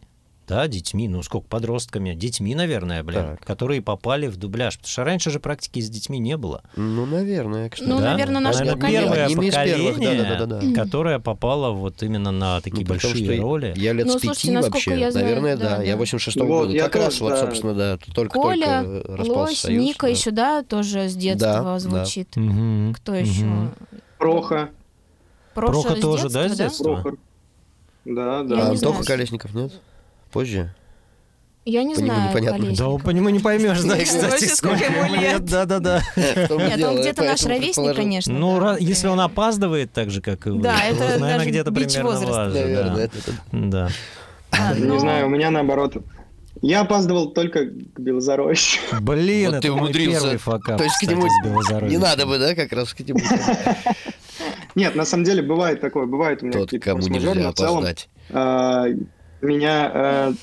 да, детьми, ну сколько, подростками, детьми, наверное, блин,
Так.
которые попали в дубляж. Потому что раньше же практики с детьми не было.
Ну, наверное, кстати.
Ну,
Да?
наверное, наше
Наверное,
поколение.
первое
Одними из первых,
поколение,
да-да-да-да-да.
которое попало вот именно на такие
Ну, при том,
большие
что
роли.
Я лет
Ну,
с пяти
слушайте, насколько
вообще,
я знаю,
наверное,
да,
да. Я
да.
86
Вот,
года.
я
как
тоже,
раз, вот,
да.
собственно, да, только-только
Коля,
распался
Лось,
Союз,
Ника
да.
еще, да, тоже с детства
Да,
звучит.
Мгм.
Кто еще?
Мгм.
Проха,
Проша
Проха
с
тоже, да,
детства,
с детства?
Прохор. Да,
А
Я
да.
не
Антоха
знаю.
Колесников нет? Позже?
Я не
По нему
знаю,
непонятно.
Да,
Колесников.
по нему не поймешь, да,
Вообще,
кстати,
сколько ему лет.
Да, да, да.
Нет, он где-то наш ровесник, конечно.
Ну,
да,
ра- если он опаздывает так же, как и вы,
Да,
то
это
вот, наверное,
даже
где-то
бич
примерно
возраста.
вас же, да.
Наверное.
Да.
А,
Не
ну,
знаю, у меня наоборот. Я опаздывал только к Белозаровичу.
Блин,
Вот
это
ты
мой
умудрился.
первый факап,
То есть к
кстати,
нему
с Белозерой.
Не надо бы, да, как раз к нему.
Нет, на самом деле бывает такое, бывает у меня
Тот,
какие-то
кому
форс-мажоры,
нельзя
но в Типа, целом
опоздать.
а, меня, а,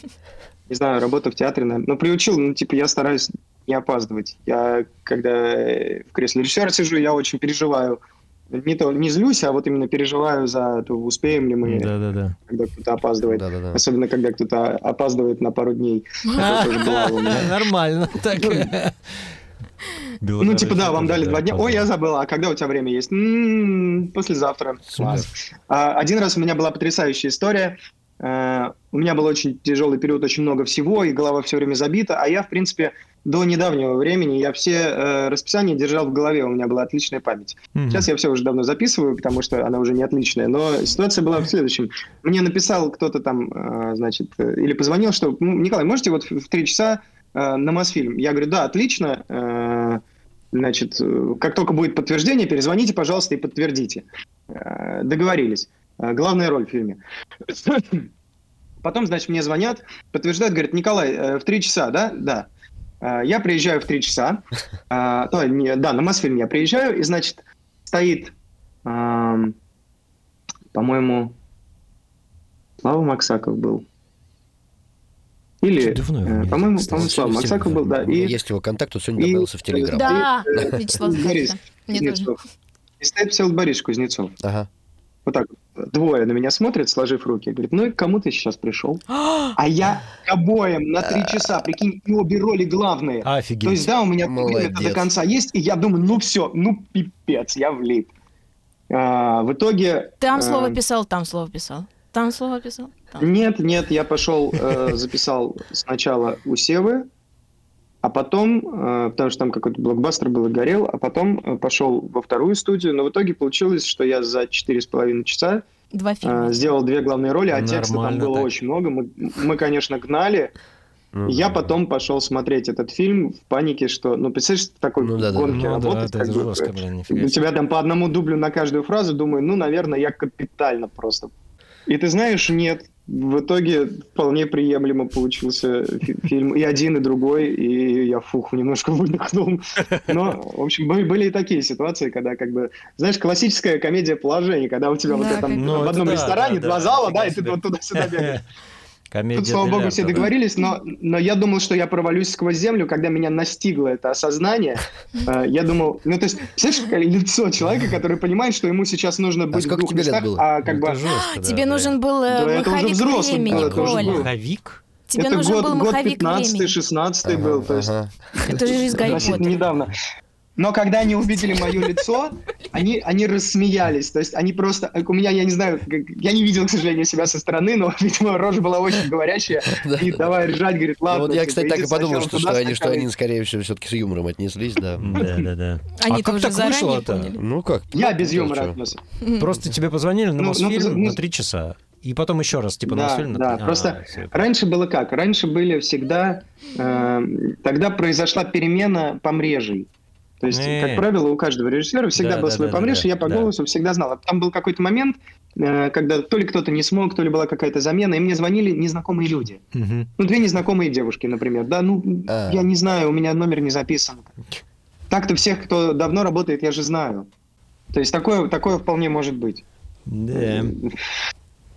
не знаю, работа в театре, наверное, но приучил, ну, типа, я стараюсь не опаздывать. Я, когда э, в кресле режиссера сижу, я очень переживаю. Не, то, не злюсь, а вот именно переживаю за то, успеем ли мы,
Да, да, да.
когда кто-то опаздывает.
Да-да-да.
Особенно, когда кто-то опаздывает на пару дней. Это тоже бывало у меня.
Нормально. Так.
Ну, типа, да, вам дали два дня. Ой, я забыла, а когда у тебя время есть? М, Послезавтра. Класс. А, Один раз у меня была потрясающая история. Э, У меня был очень тяжелый период, очень много всего, и голова все время забита. А я, в принципе, до недавнего времени я все э, расписания держал в голове, у меня была отличная память. Сейчас я все уже давно записываю, потому что она уже не отличная. Но ситуация была в следующем. Мне написал кто-то там, э, значит, э, или позвонил, что «М, Николай, можете вот в три часа э, на Мосфильм? Я говорю, да, отлично. Э, Значит, э, как только будет подтверждение, перезвоните, пожалуйста, и подтвердите. Э, Договорились. Э, э, главная роль в фильме. Потом, значит, мне звонят, подтверждают, говорят, Николай, э, в три часа, да? Да. Э, Я приезжаю в три часа. Э, то, не, Да, на Мосфильм я приезжаю, и, значит, стоит, эм, по-моему, Слава Максаков был. Или,
Чё давно его
э,
не
по-моему,
стало?
по-моему, Слава
Совсем
Максаков был, да. И
Есть его контакт, он сегодня
и-
добавился в Телеграм.
Да,
Ты-
Вячеслав,
Борис
Никитич, мне тоже.
Кузнецов. И стоит сел Борис Кузнецов.
Ага.
вот так вот, двое на меня смотрят, сложив руки, говорит, ну и к кому ты сейчас пришел? А я к обоим на три часа, прикинь, и обе роли главные.
Офигеть.
То есть, да, у меня
Молодец.
время до конца есть, и я думаю, ну все, ну пипец, я влип. А, в итоге...
Там
э,
слово писал, там слово писал. Там слово писал. там.
Нет, нет, я пошел, э, записал сначала у Севы, а потом, э, потому что там какой-то блокбастер был и горел, а потом э, пошел во вторую студию, но в итоге получилось, что я за четыре с половиной часа
Два
Э,
фильма.
сделал две главные роли, а текста там
Нормально
было
так.
очень много. Мы, мы, конечно, гнали.
Ну,
Я
да.
потом пошел смотреть этот фильм в панике, что, ну, представляешь, в такой
Ну да, да.
гонке
Ну да,
работать,
да,
как
это
бы,
жестко,
э,
блин, нифига себе.
у тебя там по одному дублю на каждую фразу, думаю, ну, наверное, я капитально просто. И ты знаешь, нет, в итоге вполне приемлемо получился фи- фильм. И один, и другой, и я, фух, немножко выдохнул. Но, в общем, были, были и такие ситуации, когда, как бы, знаешь, классическая комедия положения, когда у тебя вот
Да,
это там
как-
Ну,
в
это
одном
да,
ресторане
да,
два
да,
зала,
нифига
да, и ты
себе.
вот туда-сюда бегаешь.
Комедия
Тут, слава богу,
Делярта,
все
да.
договорились, но, но я думал, что я провалюсь сквозь землю, когда меня настигло это осознание. Э, Я думал, ну то есть, представляешь, какое лицо человека, который понимает, что ему сейчас нужно быть в
сколько А
двух
тебе лет
местах,
было?
а как
Ну, это
бы...
жестко, да,
Тебе
да.
нужен был э,
Да это уже
маховик
взрослым
времени,
было, это уже
Коля.
было.
Маховик?
Тебе
это
нужен
год,
был
год
маховик
15
времени.
16 был, то есть
Ага.
Это же из Гарри
относительно
Поттера.
недавно. Но когда они увидели мое лицо, они, они рассмеялись. То есть они просто... У меня, я не знаю, как- я не видел, к сожалению, себя со стороны, но, видимо, рожа была очень говорящая.
Да.
И давай ржать, говорит,
Ну,
ладно.
вот я,
типа,
кстати, так
иди
и подумал,
сначала
что,
туда,
что они, что
сначала
они, скорее всего, все-таки с юмором отнеслись, да.
Да, да, да.
Они-то
а как
уже
так
заранее
вышло это?
поняли.
Ну как?
Я
ну,
без
ну,
юмора
чё?
относился.
Просто тебе позвонили на
Ну, ну,
Мосфильм
ну,
на три часа, и потом еще раз, типа, на
Да,
Мосфильм на
да,
три- а,
просто
всё.
Раньше было как? Раньше были всегда... э, тогда произошла перемена помрежей. То есть,
Э.
как правило, у каждого режиссера всегда
Да,
был
да,
свой
да, да,
помреж,
да,
и я по
да.
голосу всегда знал. А Там был какой-то момент, э, когда то ли кто-то не смог, то ли была какая-то замена, и мне звонили незнакомые люди.
Мгм.
Ну, две незнакомые девушки, например. Да, ну,
А.
я не знаю, у меня номер не записан. Так-то всех, кто давно работает, я же знаю. То есть такое, такое вполне может быть.
Да.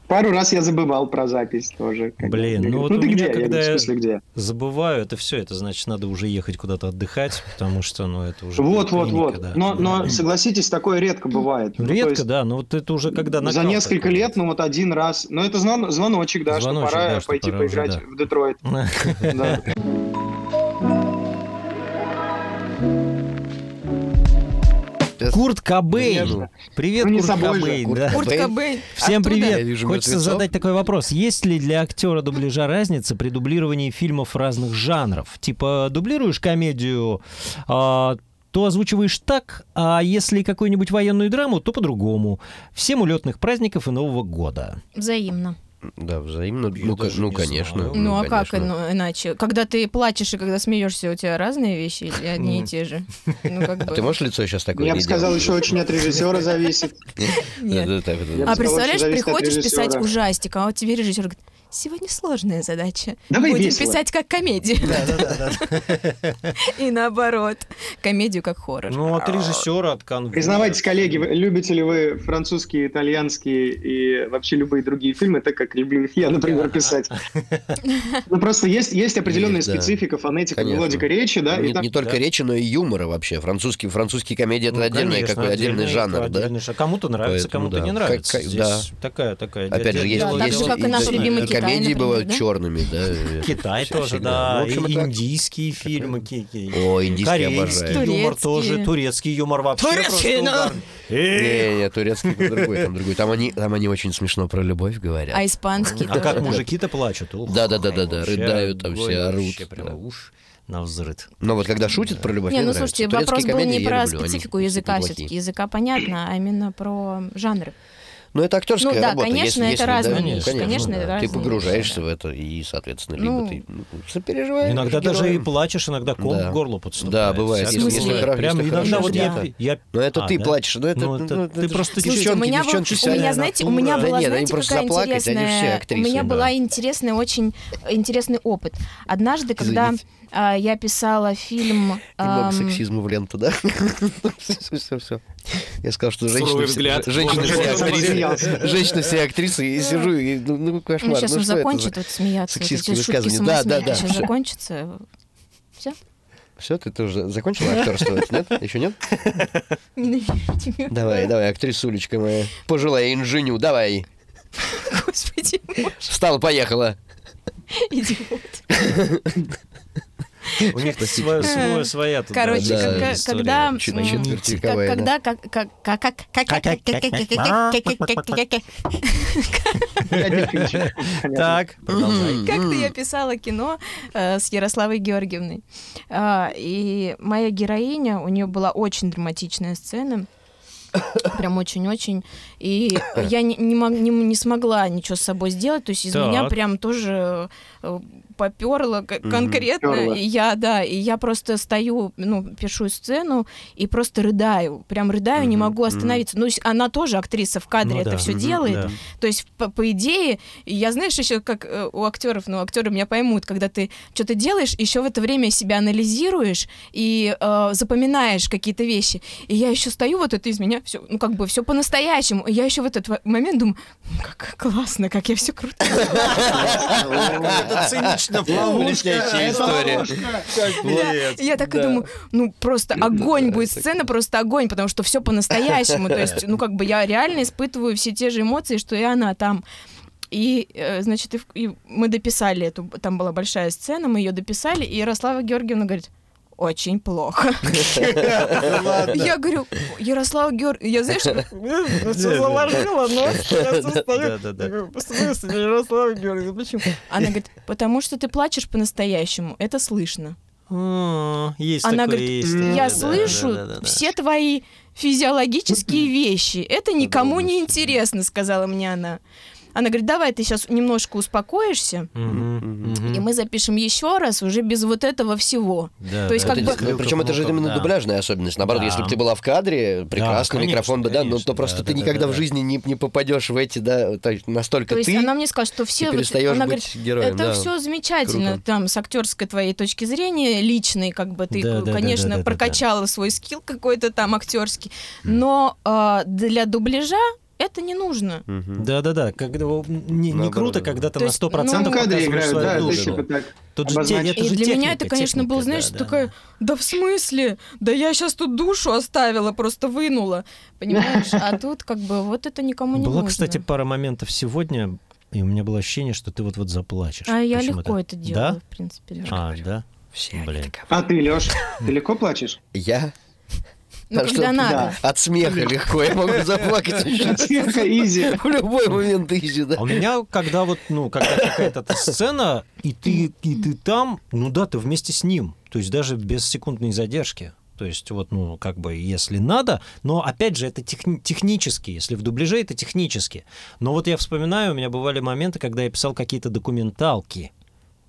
Пару раз я забывал про запись тоже. когда
Блин,
мне
ну
говорят,
вот у
ты
меня
где? Я
когда
говорю, в
я-
смысле где?
Забываю это все, это значит, надо уже ехать куда-то отдыхать, потому что, ну, это уже...
Вот, вот,
клиника,
вот.
да.
Но, но
Да.
согласитесь, такое редко бывает. Ну, то
Редко,
есть
да, но вот это уже когда
За
накал
несколько
такой.
лет, ну вот один раз. Но это звон- звоночек, да,
Звоночек,
что пора
да, что
пойти
пора уже,
поиграть
да.
в Детройт. Да.
Курт Кобейн.
Конечно.
Привет,
Ну, не
Курт
собой же.
Кобейн.
Курт
да.
Кобейн.
Курт Кобейн.
Всем
Оттуда.
привет.
Я вижу
Хочется
мертвецов.
задать такой вопрос. Есть ли для актера дубляжа разница при дублировании фильмов разных жанров? Типа, дублируешь комедию, а, то озвучиваешь так, а если какую-нибудь военную драму, то по-другому. Всем улетных праздников и Нового года.
Взаимно.
Да, взаимно.
Я
Ну, ко-
даже
ну,
не
конечно.
знаю.
Ну, а как
конечно.
ино- иначе? Когда ты плачешь и когда смеешься, у тебя разные вещи или одни и те же? Ну, как
А ты
бы...
можешь лицо сейчас такое
Я
не
бы сказал,
делать?
еще очень от режиссера зависит.
Нет.
Да, да, так, да,
Я бы
А
да.
сказал,
представляешь,
что зависит от
приходишь писать
режиссера.
ужастик, а вот тебе режиссер говорит, сегодня сложная задача.
Давай
Будем
весело».
писать как комедию. И наоборот. Комедию как хоррор.
Ну, от режиссера, от конвы.
Признавайтесь, коллеги, вы- любите ли вы французские, итальянские и вообще любые другие фильмы, так как люблю их я, например, писать? Ну, просто есть есть определенная
Есть, да.
специфика, фонетика,
Конечно.
мелодика речи, да?
Ну,
и
не,
там-
не только
Да.
речи, но и юмора вообще. Французский, французские комедии это
Ну,
отдельный
конечно,
какой отдельный
это
жанр, да?
отдельный жанр. Кому-то нравится,
Поэтому
кому-то
да.
не
Как-
нравится.
как-
Здесь
да.
такая, такая.
Опять же, есть,
Да, так
есть
же, как и
и-
наш
и-
любимый
и
Китай,
комедии
например,
бывают
да?
черными, да.
Китай
Всё- всё
тоже,
всегда.
да.
Ну, в общем,
и
это-
индийские фильмы, ки- ки-
О, индийский
корейский
обожаю.
юмор
Турецкий.
тоже, турецкий юмор вообще
Турецкий,
просто
да.
угарный.
Не, не, турецкий там другой, там другой. Там они, там они очень смешно про любовь говорят.
А испанский
А как
тоже.
мужики-то плачут? Ух,
Да-да-да-да-да,
ай, вообще
рыдают там все,
огонь,
орут,
вообще прям
да.
уж на взрыв.
Но вот когда шутят про любовь,
Не,
мне
ну
нравится.
слушайте,
Турецкие
вопрос был
комедии
не
я
про
люблю, они
специфику
действительно
языка
плохие.
все-таки. Языка понятно, а именно про жанры.
Ну, это актерская
Ну да,
работа.
конечно, это разные
ну,
вещи,
конечно, это
Ты
разные
погружаешься
вещи,
в это, и, соответственно, либо
Ну,
ты ну, сопереживаешь.
Иногда даже и
героям.
плачешь, иногда ком
Да.
в горло подступает.
Да, бывает,
Всякое
если-
бывает.
если
хор-
Прям
если
иногда
хорошо
вот я,
снято.
я...
Ну, это
А,
ты
да?
плачешь. Ну, это,
Ну, это ты просто
девчонки,
Слушайте, у меня, был-
девчонки
у
вся
меня, знаете, у меня
натура.
была,
да нет, они
знаете,
просто
какая
заплакать, они все
интересная... у
актрисы.
меня
да.
была интересная, очень интересный опыт. Однажды, когда
Извините.
а, я писала фильм...
Немного
ам,
сексизма в ленту, да? Все, все, все. Я сказал, что женщины,
Суровый взгляд.
все, женщины
Он
все
уже
актрисы.
засмеялся.
Женщины все актрисы. И сижу, и, ну, ну, кошмар.
Ну, сейчас
ну,
он
что это
закончит вот смеяться. Вот
сексистские
эти шутки с
высказывания? Да, да, да,
Сейчас
всё.
закончится.
Все, ты тоже закончила актерство? Нет? Еще нет?
Ненавижу тебя.
Давай, давай, актрисулечка моя. Пожилая инженю, давай.
Господи, мой
Встала, поехала.
идиот.
У них
Простите.
свое- свое- своя тут, да,
Короче,
да,
история.
когда-
история.
когда... м,
Чуть- четверть
как-
вековая, да.
Когда... как- как- как- как- как- как- как- как- как- как- как-
Так, продолжай.
Как-то я писала кино э, с Ярославой Георгиевной. А, И моя героиня, у нее была очень драматичная сцена. Прям очень-очень. И я не, не мог- не- не смогла ничего с собой сделать. То есть из
Так.
меня прям тоже поперла
Мгм.
конкретно.
Пёрло.
И я, да, и я просто стою, ну, пишу сцену и просто рыдаю. Прям рыдаю, не
Мгм,
могу
мгм.
остановиться. Ну, с- она тоже актриса в кадре
Ну
это
да,
все
мгм,
делает.
да.
То есть, по, по идее, я, знаешь, еще как э, у актеров, ну, актеры меня поймут, когда ты что-то делаешь, еще в это время себя анализируешь и э, запоминаешь какие-то вещи. И я еще стою, вот это из меня все, ну, как бы все по-настоящему. И я еще в этот во- момент думаю, «М, как классно, как я все круто.
Это цинично.
Ловушка, история.
И Я так и думаю, ну, просто огонь будет сцена, просто огонь, потому что все по-настоящему. То есть, ну, как бы я реально испытываю все те же эмоции, что и она там. И, э, значит, и в- и мы дописали эту, там была большая сцена, мы ее дописали, и Ярослава Георгиевна говорит, очень плохо. Я говорю, Ярослава Георгиевна, я знаешь,
Всё заложила, но Да-да-да.
В смысле, Ярослав Георгиевич, почему?
она говорит, потому что ты плачешь по-настоящему, это слышно.
М, А, Есть такое,
Она говорит,
есть такое,
Я
да,
слышу
да, да, да.
все твои физиологические вещи. Это никому не интересно, сказала мне она. Она говорит, давай ты сейчас немножко успокоишься,
Мгм, мгм.
и мы запишем еще раз уже без вот этого всего.
Да,
то есть
да,
как
да.
бы-
Причем это же именно
Да.
дубляжная особенность. Наоборот,
Да.
если бы ты была в кадре, прекрасно,
конечно,
микрофон бы, да, но
конечно,
то просто
да,
ты
да, да,
никогда
да,
в
да.
жизни не, не попадешь в эти, да, то есть настолько
То есть
ты,
она мне сказала, что
ты
все... вот-
перестаешь
она
быть
говорит,
героем.
это
да.
все замечательно,
Круто.
там, с актерской твоей точки зрения, личной, как бы ты,
Да, да, да,
конечно,
да, да, да.
прокачала свой скилл какой-то там актерский, но а, для дубляжа это не нужно.
Мгм.
Да-да-да, когда о, не, не
Наоборот,
круто,
да.
когда ты
То
на
есть,
100%
ну,
процентов
в
кадре
показываешь
играют,
свою
да, это
душу.
типа так.
Тут же те-
обозначить.
это
И
же
для меня
техника,
это, конечно,
техника,
было, знаешь,
да, да,
такая,
да.
да в смысле, да я сейчас тут душу оставила, просто вынула, понимаешь? А тут как бы вот это никому ну, не
Была,
нужно.
кстати, пара моментов сегодня, и у меня было ощущение, что ты вот-вот заплачешь.
А я
Почему
легко
так?
это делаю,
Да?
в принципе. да.
А, да? Блин.
А ты, Леш, ты легко плачешь?
Я?
Ну,
А что
когда
ты-
надо.
От смеха легко, я могу заплакать еще.
Сверху изи.
В любой момент изи,
А
да.
у меня, когда вот, ну, когда какая-то та сцена, и ты, и ты там, ну да, ты вместе с ним. То есть даже без секундной задержки. То есть вот, ну, как бы, если надо, но, опять же, это техни- технически, если в дубляже, это технически. Но вот я вспоминаю, у меня бывали моменты, когда я писал какие-то документалки.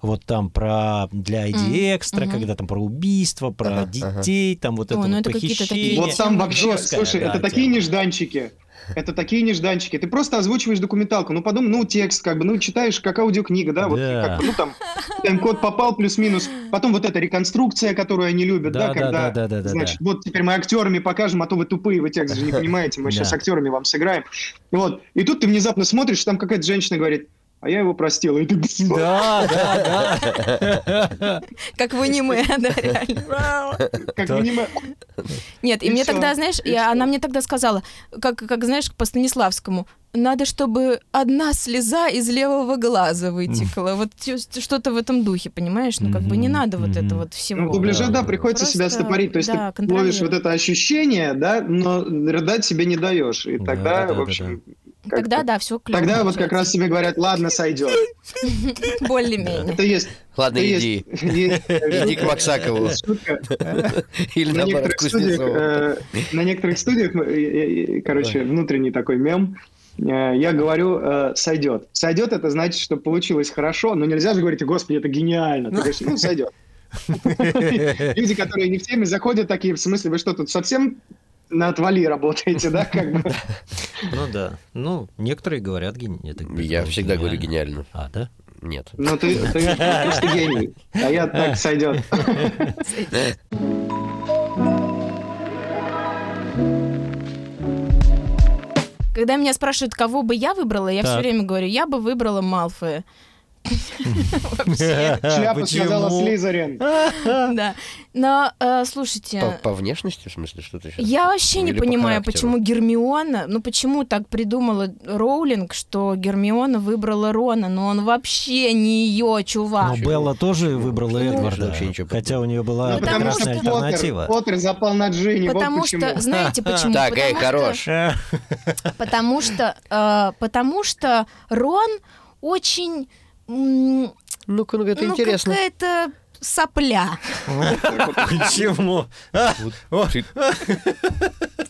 Вот там про для ID Экстра,
мгм.
когда там про убийство, про
Ага, ага.
детей, там вот
О,
это
ну
вот
это какие-то такие
похищение.
не-
Вот там
не
вообще,
жесткая,
слушай,
да,
это такие
тема.
нежданчики. Это такие нежданчики. Ты просто озвучиваешь документалку, ну подумай, ну текст как бы, ну читаешь как аудиокнига, да, вот
Да.
как бы, ну там тайм-код попал плюс-минус. Потом вот эта реконструкция, которую они любят, да,
Да, да,
когда,
да, да, да, да,
значит, вот теперь мы актерами покажем, а то вы тупые, вы текст же не понимаете, мы сейчас
Да.
актерами вам сыграем. Вот. И тут ты внезапно смотришь, там какая-то женщина говорит, а я его простила. И ты,
А, Да, да, да.
Как в аниме, да, реально.
как минимум...
Нет, и,
И
мне
всё,
тогда, знаешь,
и
я-
всё.
она мне тогда сказала, как, как знаешь, по Станиславскому, надо, чтобы одна слеза из левого глаза вытекла. Вот чё- что-то в этом духе, понимаешь? Ну, как бы не
Мгм,
надо вот это
мгм.
вот всего.
Ну, в дубляже,
Да,
да,
да.
приходится себя
Просто,
стопорить. То есть
да,
ты ловишь вот
контролируешь.
это ощущение, да, но рыдать себе не даешь. И
Да,
тогда,
да, да,
в
да,
общем... как-то-
Тогда, да, все клево.
Тогда вот как раз тебе говорят, ладно, сойдет.
Более-менее.
Это есть...
Ладно,
это
иди.
есть- есть, э,
Иди к Максакову.
шутка.
Или
На
наоборот,
некоторых студиях,
Кузнецову.
э, на некоторых студиях, э, э, э, короче, внутренний э, такой мем, Э, Я говорю, э, сойдет. Сойдет это значит, что получилось хорошо, но нельзя же говорить, господи, это гениально. Ты говоришь, ну, сойдет. Люди, которые не в теме, заходят такие, в смысле, вы что, тут совсем на отвали работаете, да, как бы?
Ну да. Ну, некоторые говорят гени- это
Я
гениально.
всегда говорю гениально.
А, да?
Нет.
Ну, ты, ты просто гений, а я так сойдет.
Когда меня спрашивают, кого бы я выбрала, я все
Так.
время говорю, я бы выбрала Малфоя. Вообще,
Шляпу сказала Слизерин.
да. Но, э,
По,
слушайте,
по внешности, в смысле, что ты сейчас?
я вообще не
Или по
понимаю,
характеру?
почему Гермиона, ну почему так придумала Роулинг, что Гермиона выбрала Рона, но он вообще не ее
Но
Ну,
чувак.
Белла тоже выбрала
конечно,
Эдварда,
Ну, вообще ничего
хотя у нее была
Ну, потому
прекрасная
что
альтернатива.
Поттер, Поттер запал на Джинни, вот
Потому
почему.
что, знаете почему?
Так, эй,
Потому что-
хорош.
Потому что, э, потому что Рон очень, м,
Ну-ка, ну это
ну
интересно.
какая-то сопля.
Почему?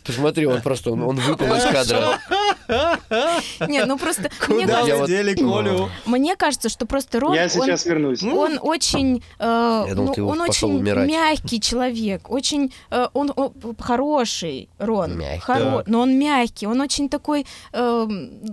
Посмотри, он просто, он, он выпал из кадра.
Нет, ну просто мне
Куда
Я
вы
вот-
дели Колю?
Мне кажется, что просто Рон,
Я
он, Ну,
сейчас вернусь.
он очень, э,
думал,
ну,
ты
он
вот пошел
очень
умирать.
мягкий человек, очень, э, он, о, хороший Рон,
Мягкий.
хоро-
Так.
но он мягкий, он очень такой э,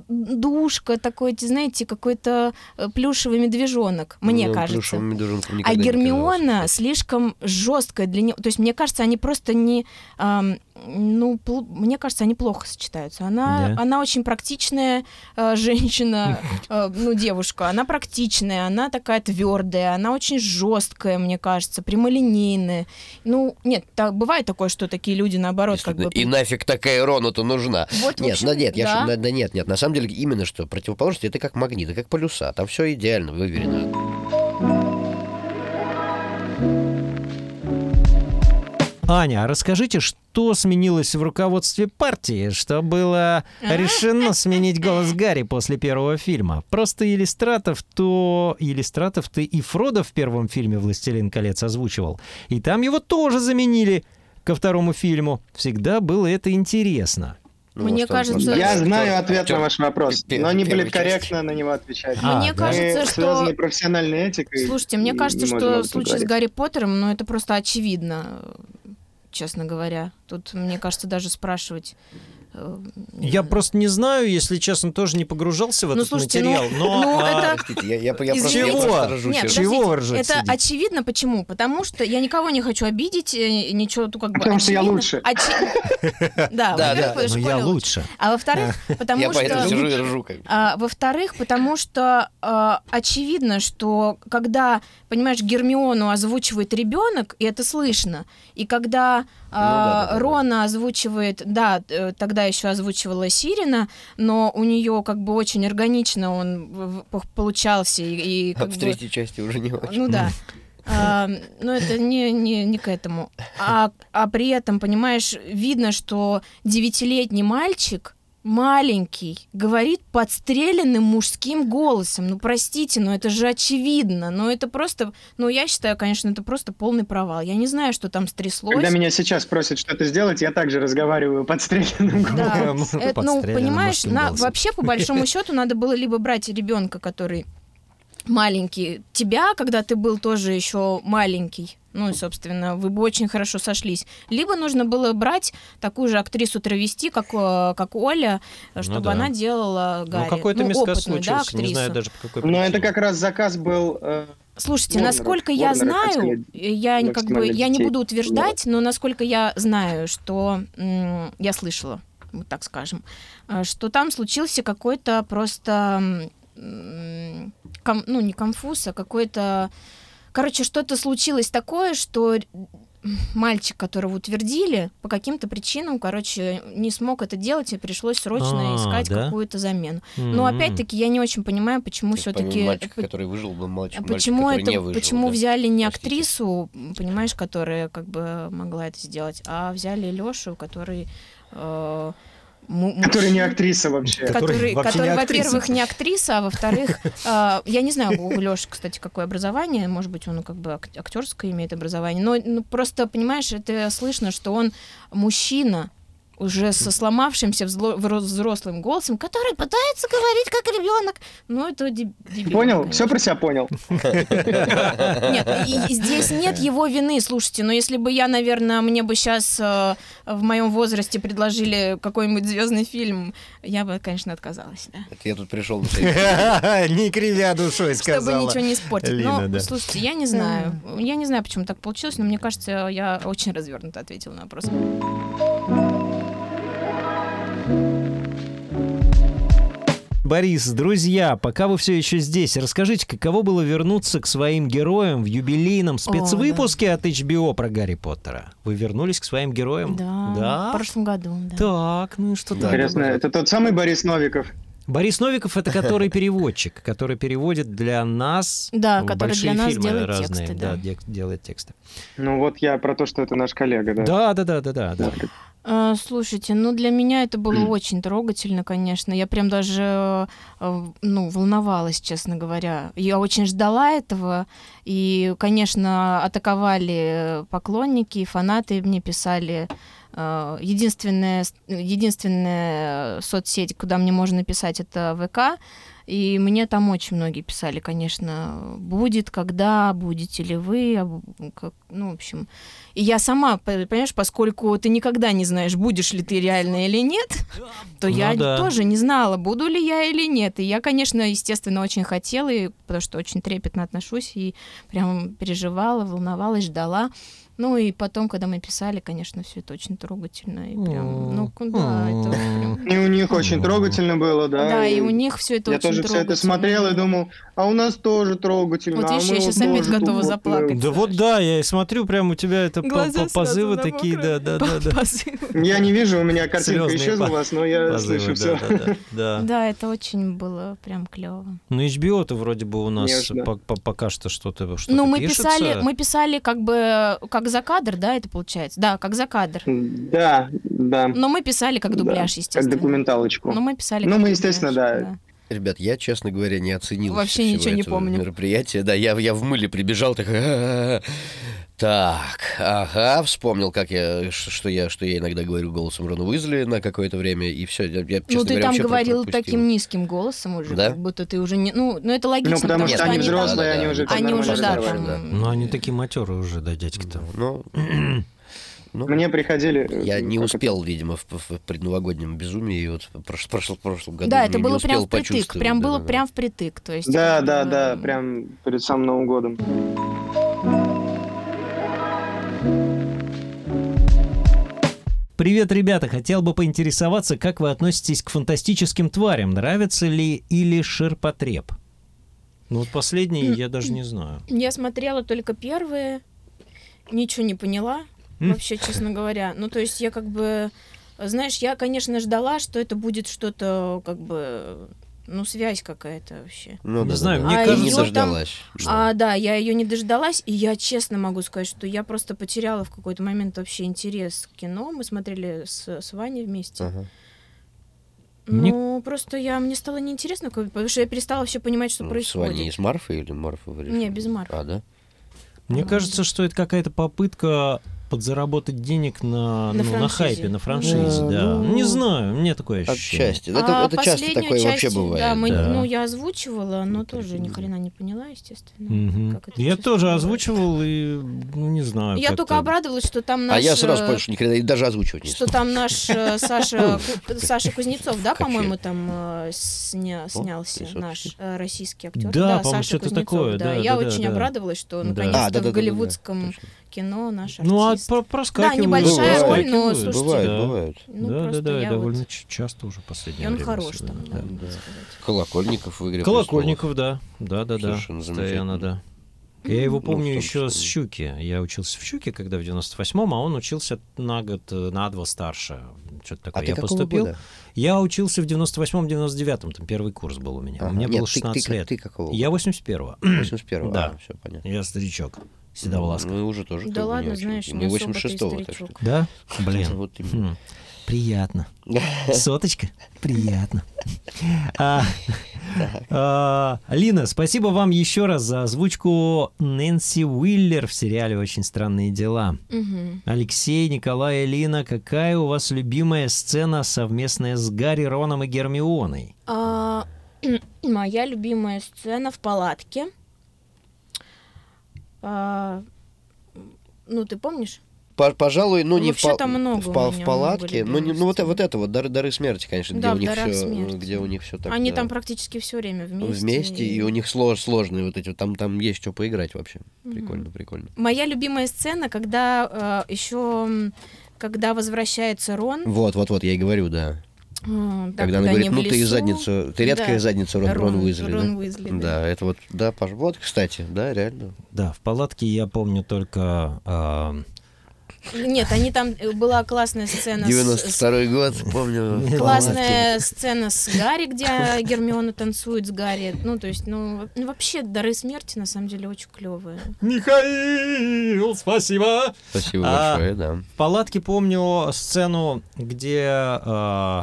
душка, такой, знаете, какой-то э, плюшевый медвежонок, мне
Ну,
кажется.
плюшевым медвежонком
А
никогда не казался.
Гермиона слишком жесткая для него. То есть, мне кажется, они просто не... ам, ну, пл- мне кажется, они плохо сочетаются. Она,
Да.
она очень практичная э, женщина, э, ну, девушка. Она практичная, она такая твердая, она очень жесткая, мне кажется, прямолинейная. Ну, нет, та- бывает такое, что такие люди, наоборот, как бы...
Действительно, И нафиг такая Рону-то нужна.
Вот, в
Нет,
общем,
ну, нет, я
да.
ж- да. да нет, нет, на самом деле именно что противоположность это как магниты, как полюса, там все идеально выверено.
Аня, а расскажите, что сменилось в руководстве партии, что было
А?
решено сменить голос Гарри после первого фильма? Просто Иллистратов, то Иллистратов ты и Фродо в первом фильме «Властелин колец» озвучивал, и там его тоже заменили ко второму фильму. Всегда было это интересно.
Ну,
Мне
может, он
кажется,
просто
Я
актер-
знаю ответ
актер
на ваш вопрос,
пе-
но не
первой
политкорректно на него отвечать.
А,
Мне
да?
кажется,
Мы
что...
связаны профессиональной этикой.
Слушайте, мне
и
кажется,
не можем об
что
этом
случай с
говорить.
Гарри Поттером, ну это просто очевидно, э, честно говоря. Тут, мне кажется, даже спрашивать... э, не
Я
знаю.
просто не знаю, если честно, тоже не погружался в
Ну,
этот
слушайте, ну-
материал. но,
ну,
а,
это-
Простите, я, я, я просто, я
Извините.
просто
Чего?
ржу
Нет,
сейчас.
Чего
подождите,
вы ржете,
Это
сидите?
очевидно, почему? Потому что я никого не хочу обидеть, э, ничего, ну, как бы...
Потому что я
очевидно-
лучше.
очи- Да,
Да,
во-первых,
да.
потому что
Ну, я
Коля
лучше.
А во-вторых,
Я
потому
поэтому
что...
сижу и ржу. Как... бы.
А, во-вторых, потому что а, очевидно, что когда, понимаешь, Гермиону озвучивает ребенок, и это слышно, и когда а,
Ну да, да, да, да.
Рона озвучивает, да, э, тогда еще озвучивала Сирина, но у нее как бы очень органично он в- в- получался и, и
А
как
в
бы-
третьей части уже не очень.
ну да. А, но это не, не, не к этому. А, а при этом, понимаешь, видно, что девятилетний мальчик маленький, говорит подстреленным мужским голосом. Ну, простите, но это же очевидно. Но это просто... Ну, я считаю, конечно, это просто полный провал. Я не знаю, что там стряслось.
Когда меня сейчас просят что-то сделать, я также разговариваю подстреленным голосом.
Да.
Эм,
Э, ну,
подстрелян
понимаешь,
мужским
на-
голосом.
вообще, по большому счету, надо было либо брать ребенка, который маленький, тебя, когда ты был тоже еще маленький, ну и, собственно, вы бы очень хорошо сошлись. Либо нужно было брать такую же актрису травести, как, э, как Оля, чтобы
Ну да.
она делала Гарри.
Ну, какой-то
опытную,
мискас
да,
случился,
актрису.
не знаю даже по какой
Но
причине.
это как раз заказ был... э,
Слушайте,
Warner-
насколько я
Warner
знаю, э,
хотели
я не как бы
максимально
я не
детей
буду утверждать, но насколько я знаю, что м, я слышала, вот так скажем, э, что там случился какой-то просто м, ком- ну не конфуз, а какой-то, короче, что-то случилось такое, что мальчик, которого утвердили, по каким-то причинам, короче, не смог это делать и пришлось срочно
А,
искать
да?
какую-то замену. Но
М.
ну, опять-таки я не очень понимаю, почему
То есть, помимо
все-таки
мальчика, который выжил, был мальчик,
а
мальчик,
Почему
который
это?
не выжил.
почему
да.
взяли не
Простите.
актрису, м, понимаешь, которая как бы могла это сделать, а взяли Лешу, который э, му-
Который не
мужчина,
актриса вообще.
Который,
Который вообще
который,
не актриса.
во-первых, не актриса, а во-вторых, э, я не знаю, у Леши, кстати, какое образование, может быть, он как бы ак- актерское имеет образование, но ну, просто, понимаешь, это слышно, что он мужчина, уже со сломавшимся взло- вро- взрослым голосом, который пытается говорить как ребенок. Ну, это деб- дебил.
Понял?
конечно.
Все про себя понял.
Нет, и- и здесь нет его вины, слушайте. Но если бы я, наверное, мне бы сейчас в моем возрасте предложили какой-нибудь звездный фильм, я бы, конечно, отказалась, да.
Это я тут пришел на свои-
Не кривя душой
Чтобы
сказала.
ничего не испортить.
Лина,
но,
да.
слушайте, я не знаю. Я не знаю, почему так получилось, но мне кажется, я очень развернуто ответила на вопрос.
Борис, друзья, пока вы все еще здесь, расскажите, каково было вернуться к своим героям в юбилейном спецвыпуске от HBO про Гарри Поттера? Вы вернулись к своим героям?
в прошлом году, да.
Так, ну и что так?
Интересно, это тот самый Борис Новиков.
Борис Новиков это который переводчик, который переводит для нас
Да,
ну,
который
большие
для нас
фильмы
делает
разные,
тексты, да.
дек- делает тексты.
Ну вот я про то, что это наш коллега, да.
Да, да, да, да, да. да.
Э, Слушайте, ну для меня это было очень трогательно, конечно. Я прям даже, э, ну, волновалась, честно говоря. Я очень ждала этого. И, конечно, атаковали поклонники, и фанаты мне писали. э, Единственная, с- единственная соцсеть, куда мне можно писать, это ВК. И мне там очень многие писали, конечно, будет, когда, будете ли вы, а бу- как, ну, в общем, и я сама, п- понимаешь, поскольку ты никогда не знаешь, будешь ли ты реально или нет, то
Ну
я
да.
тоже не знала, буду ли я или нет. И я, конечно, естественно, очень хотела, и, потому что очень трепетно отношусь, и прям переживала, волновалась, ждала. Ну и потом, когда мы писали, конечно, все это очень трогательно. И прям, ну, куда это прям...
И у них очень трогательно было, да.
Да, и у них все это
Я
очень
тоже все это
трогательно.
смотрел и думал, а у нас тоже трогательно.
Вот
а
видишь,
мы
я щас опять
тоже
готова
тут, э,
заплакать.
Да вот да, я и смотрю, прям у тебя это по-
Глаза
по- позывы
сразу, да,
такие, да, да,
мокрые.
да, да.
Позывы.
Я не вижу, у меня картинка
Слезные
исчезла
па-
у вас, но я
Позывы,
слышу
да,
все.
да, да, да.
Да, это очень было прям клево.
Ну, HBO-то вроде бы у нас
Конечно.
по- по- пока что что-то что
Ну, мы писали, мы писали как бы как за кадр, да, это получается. Да, как за кадр.
Да, да.
Но мы писали как
Да,
дубляж,
Как
Ну, естественно.
документалочку.
Но мы писали.
Ну,
как
мы, естественно,
дубляж,
да.
Ребят, я, честно говоря, не оценил
Вообще
всего
ничего не
этого
помню.
мероприятия. Да, я, я в мыле прибежал, так... «А-а-а». Так, ага, вспомнил, как я, ш- что я, что я иногда говорю голосом Рона Уизли на какое-то время, и все. Я, я, честно
Ну, ты
говоря,
там
вообще про-
говорил
пропустил.
таким низким голосом уже,
Да?
как будто ты уже не... Ну, ну это логично,
Ну, потому
Нет,
что они
они-
взрослые,
да-да-да.
они уже там
Они уже,
нормально
да,
разговаривали,
разговаривают.
там...
Ну, они такие матеры уже, да, дядьки-то.
Ну, ну,
Мне приходили... э,
я не
как
успел, видимо, в, в предновогоднем безумии, и вот в прош- прошлом, прошлом году
Да,
не-
это
не
было
успел
прям впритык,
почувствовать,
прям
да,
было
да, да.
прям впритык, то есть...
Да,
как
да,
бы,
да, прям перед самым Новым годом.
Привет, ребята! Хотел бы поинтересоваться, как вы относитесь к фантастическим тварям? Нравится ли или ширпотреб? Ну, вот последний я даже не знаю.
Я смотрела только первые, ничего не поняла,
М.
вообще, честно говоря. Ну, то есть я как бы, знаешь, я, конечно, ждала, что это будет что-то, как бы, ну, связь какая-то вообще.
Ну,
Не
да-да-да.
знаю,
мне А кажется-
не
её там-
дождалась. Да.
А, да, я ее не дождалась, и я честно могу сказать, что я просто потеряла в какой-то момент вообще интерес к кино. Мы смотрели с, с Ваней вместе.
Ага.
Мне-
Ну, просто я, мне стало неинтересно, как бы, потому что я перестала вообще понимать, что
Ну, С
происходит.
Ваней из Марфы или Марфы вы
Не,
решили?
без Марфы.
А, да?
Мне
Ага.
кажется, что это какая-то попытка подзаработать денег на,
На
ну, на
франшизе.
хайпе, на франшизе,
Да,
да.
ну,
Не знаю, мне такое ощущение.
Отчасти. Это,
А
это часто
последнюю
такое вообще
часть,
бывает.
Да, мы-
да.
ну, я озвучивала, но тоже ни
прикольно.
хрена не поняла, естественно.
Мгм.
как это
Я
чувство
тоже
бывает.
озвучивал и ну, не знаю.
Я
как-то-
только обрадовалась, что там наш...
А я сразу
э,
понял, что никогда и даже озвучивать не Ну,
что
стал.
там наш э, Саша, Ку- Саша Кузнецов, да,
Качает.
по-моему, там э, сня- снялся
красавчик.
наш э, российский актер.
Да, по-моему,
Саша
что-то
Кузнецов,
такое, да,
Я
да, да,
очень
да.
обрадовалась, что
Да.
наконец-то
А, да-да-да-да-да,
в голливудском
точно.
кино наш артист.
Ну, а про- проскакивают.
небольшая
проскакивают,
роль, но,
да.
слушайте,
бывает,
да.
бывает.
Ну,
да, да,
просто
да, и
я вот-
довольно ч- часто уже в
И
последнее
он
время.
хорош
особенно,
там,
да.
надо сказать.
Колокольников в игре.
Колокольников, да. Да, да, да.
Совершенно
Постоянно,
замечательно.
да. Я его
Ну, в
помню
том
еще с
числе.
Щуки. Я учился в Щуке, когда в 98-м, а он учился на год, э, на два старше. Что-то
Престолов. А
такое.
ты
я
какого
поступил.
года?
Я учился в 98-м, 99-м, там первый курс был у меня.
Ага.
У меня
Нет,
было
ты-
16
ты,
лет.
Ты какого?
Я 81-го.
81-го.
Да.
Да. все понятно.
Я старичок. Седовласка.
Ну, Мы уже тоже.
Да
как бы не
ладно,
очень.
знаешь,
Мы
не особо ты
86-го. так что-
старичок.
Да? Блин.
Вот именно.
Хм. Приятно. Соточка? Приятно. А, а, Лина, спасибо вам еще раз за озвучку Нэнси Уиллер в сериале «Очень странные дела».
Мгм.
Алексей, Николай и Лина, какая у вас любимая сцена, совместная с Гарри, Роном и Гермионой?
А, Моя любимая сцена в палатке. А, Ну, ты помнишь?
По- Пожалуй, ну не в,
Вообще
пал-
там много
в, пал-
у
в
меня
палатке,
были
ну, не- ну вот, э-
новостей.
вот это вот дары, дары смерти, конечно, где
Да,
у
в
них
«Дарах
все,
смерти».
где у них все так.
Они
да,
там практически все время вместе.
вместе, и у них слож, сложные вот эти, вот, там там есть что поиграть вообще,
Мгм.
прикольно, прикольно.
Моя любимая сцена, когда еще когда возвращается Рон,
Вот, вот, вот, я и говорю, да.
м, да,
Когда она
они
говорит,
в
ну ты и
лесу».
задницу, ты редкая
Да.
задница, Рон, Рон Уизли, да?
Рон Уизли, да.
Да, это вот, да, пож- вот, кстати, да, реально.
Да, в палатке я помню только... а,
Нет, они там э, была классная сцена. с-
92-й год, помню. в палатке.
Классная сцена с Гарри, где Гермиона танцует с Гарри. Ну, то есть, ну, во- ну, вообще, дары смерти на самом деле очень клевые.
Михаил, спасибо!
Спасибо
А,
большое, да.
В палатке помню сцену, где э,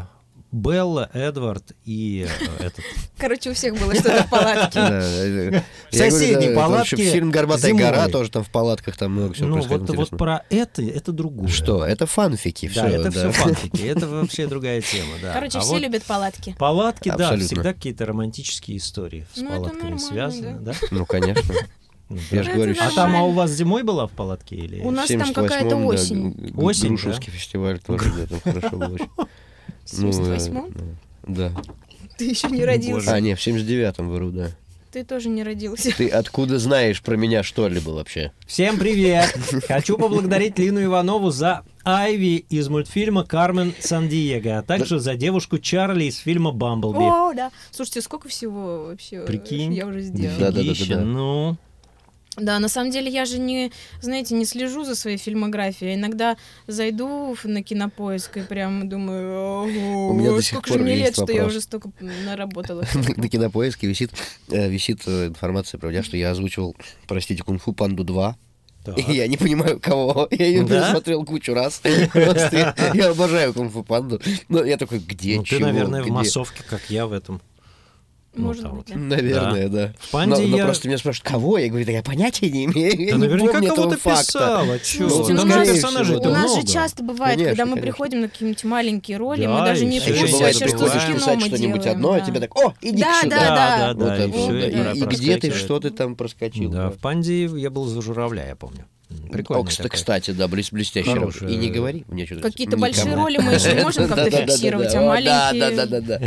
Белла, Эдвард и э, этот...
Короче, у всех было что-то в палатке.
Да, э,
В
я говорю,
соседней
да, это
палатке
вообще Фильм «Горбатая гора»
зимой.
тоже там в палатках, там много всего
Ну,
происходит
вот, вот
интересного.
про это, это другое.
Что? Это фанфики.
Да,
всё,
это
да.
все фанфики, это вообще другая тема, да.
Короче,
А
все
вот
любят палатки.
Палатки, да,
Абсолютно.
всегда какие-то романтические истории с
Ну, это
палатками
нормально,
связаны, да?
Ну, конечно.
Ну,
Я
да.
же
Это
говорю,
А
в
там, а у вас зимой была в палатке или?
У нас там
78-м,
какая-то
да,
осень.
Г- Г-
Осень,
Грушевский фестиваль тоже, да, там хорошо было очень.
В
Ну, э,
78-м?
Да.
Ты еще не родился.
А, не, в 79-м вру, да.
Ты тоже не родился.
Ты откуда знаешь про меня что-либо вообще?
Всем привет! Хочу поблагодарить Лину Иванову за Айви из мультфильма «Кармен Сан-Диего», а также за девушку Чарли из фильма «Бамблби».
О, да. Слушайте, сколько всего вообще
Прикинь.
я уже сделала.
Да, да, да, да,
Офигища,
да.
Ну,
Да, на самом деле я же не, знаете, не слежу за своей фильмографией. а Иногда зайду в- на кинопоиск и прям думаю, «Ого,
У меня до сих
сколько же
пор
мне
есть
лет, что я
вопрос.
уже столько наработала.
На на кинопоиске висит, э, висит э, информация про меня, что я озвучивал, простите, кунг-фу панду 2.
так.
И я не понимаю, кого. Я ее
Да?
пересмотрел кучу раз. Просто Я я обожаю кунг-фу панду. Но я такой, где,
Ну, ты,
чего,
наверное, в
где?
массовке, как я в этом. Ну,
Может
там
быть,
вот.
да.
Наверное, да.
В панде
но, но
я...
просто меня спрашивают, кого? Я говорю, да я понятия не имею. я
Да
не
наверняка
помню
кого-то
этого факта.
писала, чё?
Слушайте,
Там
ну,
же
скорее
персонажей-то
всего,
У нас же
много.
часто бывает,
Конечно,
когда мы
конечно.
приходим на какие-нибудь маленькие роли,
Да,
мы даже не
и
А
Ещё
еще
помним
бывает,
сейчас,
что
вообще,
ты
что за
хочешь
бывает.
кино
писать
мы
что-нибудь
делаем,
одно, а
да.
тебе так, о, иди
Да,
сюда.
да, да,
Вот
да,
это
и
вот,
всё,
да.
и про-
и где ты,
проскакивает.
что ты там проскочил.
Да,
да.
в Панде я был за журавля, я помню. Прикольно.
О, кста- кстати, да, блес- блестящий
Хорошая-
работа. И не говори мне что-то.
Какие-то большие роли мы еще не можем как-то
Да-да-да-да-да.
фиксировать, а
О,
маленькие...
Да-да-да-да.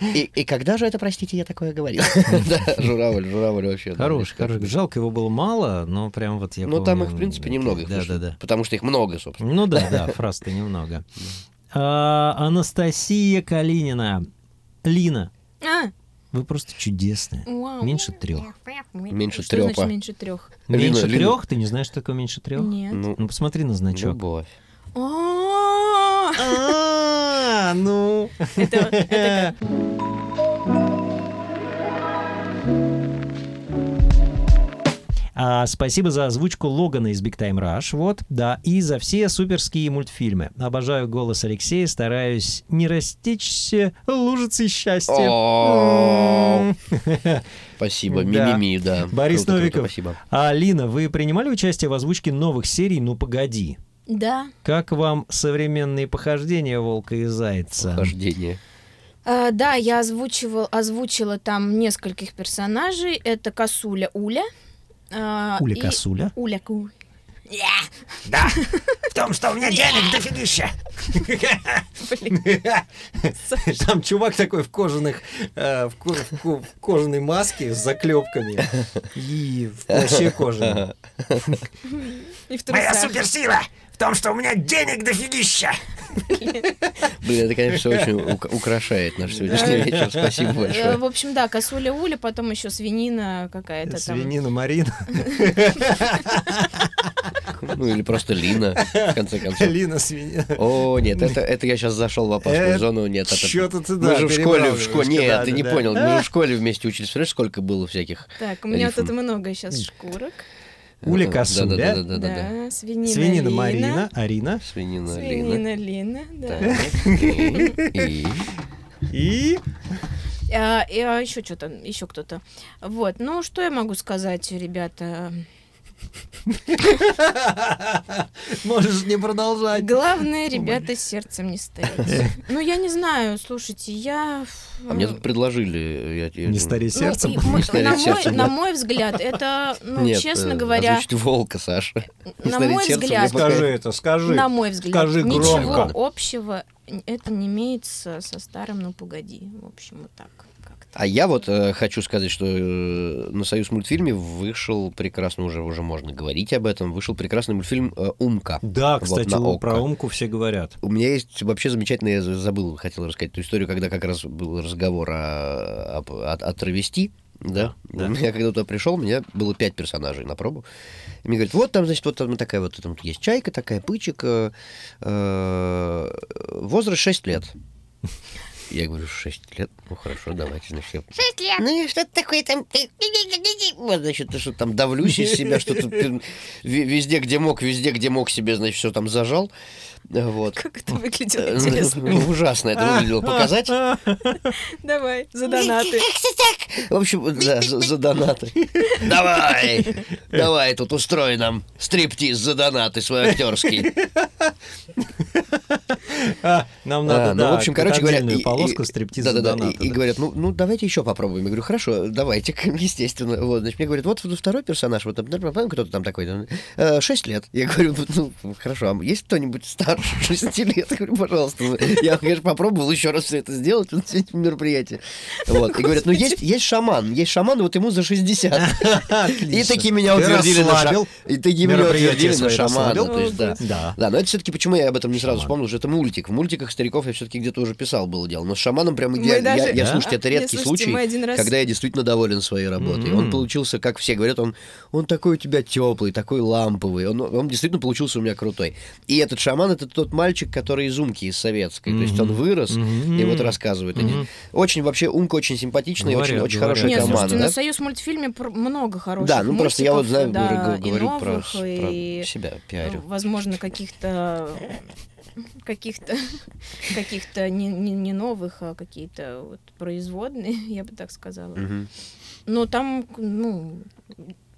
И и когда же это, простите, я такое говорил? Да, Журавль, журавль вообще. да,
Хороший,
блестящий.
хороший. Жалко, его было мало, но прям вот я
Ну,
помню,
там их, в принципе, немного. их
Да,
вышло,
да, да.
Потому что их много, собственно.
Ну да, да, фраз-то немного. А, Анастасия Калинина. Лина,
А,
вы просто чудесные.
вау.
Меньше трех.
Меньше
Что значит
трёпа.
меньше трех?
Лина,
Меньше
Лина.
трех? Ты не знаешь, что такое меньше трех?
Нет.
Ну,
Ну, посмотри на значок.
любовь.
А,
А, ну.
Это это как?
А, спасибо за озвучку Логана из Big Time Rush, вот, да, и за все суперские мультфильмы. Обожаю голос Алексея, стараюсь не растечься лужицей счастья.
О,
М. Да.
Спасибо, мимими, да.
Борис
Круто, круто,
Новиков.
Спасибо.
А, Алина, вы принимали участие в озвучке новых серий «Ну, погоди»?
Да.
Как вам современные похождения волка и зайца?
Хождение.
А, да, я озвучивал, озвучила там нескольких персонажей. Это косуля Уля. а, и-
Уля-косуля.
Уля Ку-
В том, что у меня денег дофигища. Там чувак такой в кожаных, э, в ко- в ко- в кожаной маске с заклепками и в плаще кожаном.
И в трусах.
суперсила в том, что у меня денег дофигища.
Блин, это, конечно, всё очень ук- украшает наш сегодняшний вечер. Спасибо
Э,
большое.
В общем, да, косуля Уля, потом еще свинина какая-то там.
Свинина Марина.
Ну или просто Лина, в конце концов.
Лина свинина.
О, нет, это, это я сейчас зашел в опасную
Э,
зону. Нет, это...
чё-то ты, да,
мы же в школе, в
перебрал
школе.
немножко,
Нет,
да,
ты
да,
не
да.
понял. Мы же в школе вместе учились. Представляешь, сколько было всяких э,
Так, у меня вот
Рифм.
это много сейчас шкурок.
Уля
Да, да, да,
Косуля,
да, да, да.
свинина,
свинина
Лина.
Марина, Арина
Свинина, Лина.
Свинина Лина, да.
Так, и-
и...
и-
А, еще что-то, еще кто-то. Вот, ну что я могу сказать, ребята?
Можешь не продолжать.
Главное, ребята, сердцем не стоять. Ну я не знаю, слушайте, я.
А мне тут предложили... я- я-
Не старей
Ну,
сердцем.
и мы-
Стареть
на, мой,
сердцем, да.
на мой взгляд, это, ну,
Нет,
честно
э,
говоря,
озвучить волка, Саша. не
на
стареть
мой
сердцем,
взгляд,
я Скажи
это, скажи.
на мой взгляд,
скажи
ничего
громко.
общего это не имеет со, со старым, ну погоди, в общем, вот так. как-то.
А я вот э, хочу сказать, что э, на Союз мультфильме вышел прекрасно, уже, уже можно говорить об этом, вышел прекрасный мультфильм э, «Умка».
Да,
Вот
кстати,
на
у-
Окко.
про Умку все говорят.
У меня есть вообще замечательно, я за- забыл, хотел рассказать ту историю, когда как раз был разговор о, об- о, о травести. Да.
Да.
Я когда туда пришел, у меня было пять персонажей на пробу. И мне говорят, вот там, значит, вот там ну, такая вот, там есть чайка, такая пычек, э, э, возраст 6 лет. Я говорю, 6 лет? Ну хорошо, давайте, значит, я
Шесть лет.
ну и что такое там? ты- Вот, значит, ты что там давлюсь из себя, что-то ты ви- везде, где мог, везде, где мог себе, значит, все там зажал. Вот.
Как это выглядело
Э,
интересно.
ну, Ужасно это выглядело. Показать? ну,
Давай, за донаты.
В общем, да, за, за донаты. Давай! Давай, тут устрой нам стриптиз за донаты свой актерский.
А, Нам надо,
А, ну,
да,
в общем, короче говоря,
отдельную
и-
полоску
и-
стриптиза
Да-да-да,
доната,
и, и
да.
говорят, ну, ну давайте еще попробуем. Я говорю, хорошо, давайте, естественно. Вот, значит, мне говорят, вот второй персонаж, вот там, например, кто-то там такой, там, э, шесть лет. Я говорю, ну, хорошо, а есть кто-нибудь старше шести лет? Я говорю, пожалуйста. Я, конечно, попробовал еще раз все это сделать, вот все эти мероприятия. Вот, и говорят, ну, есть, есть шаман, есть шаман, вот ему за 60. И
Отлично.
такие меня
Ты
утвердили на ша-
расслабил.
И такие меня
мероприятие
утвердили на
свои
шамана.
расслабил.
то есть, да.
Да.
Да, но это все-таки почему я об этом не сразу
Шаман.
вспомнил, что это мультик. В мультиках стариков я все-таки где-то уже писал было дело. Но с шаманом прям
Мы
идеально. ну, Я-
даже-
Я,
Да?
слушайте, это
Не,
редкий
слушайте,
случай,
мы один раз-
когда я действительно доволен своей работой. Он
Мгм.
получился, как все говорят, он, он такой у тебя теплый, такой ламповый. Он, он действительно получился у меня крутой. И этот шаман это тот мальчик, который из Умки, из советской. То есть он вырос
Мгм.
и вот рассказывает. они-
Мгм.
Очень вообще Умка очень симпатичная, и очень,
Говорят,
очень
говорят.
хорошая
Нет,
команда.
слушайте,
да?
на Союз мультфильме пр- много хороших
Да, ну просто я вот
мультиков,
знаю,
да,
говорю,
и
говорю про,
новых,
про
и,
себя,
э,
пиарю.
возможно, каких-то каких-то каких-то не, не, не новых, а какие-то вот производные, я бы так сказала.
Мгм.
Но там, ну,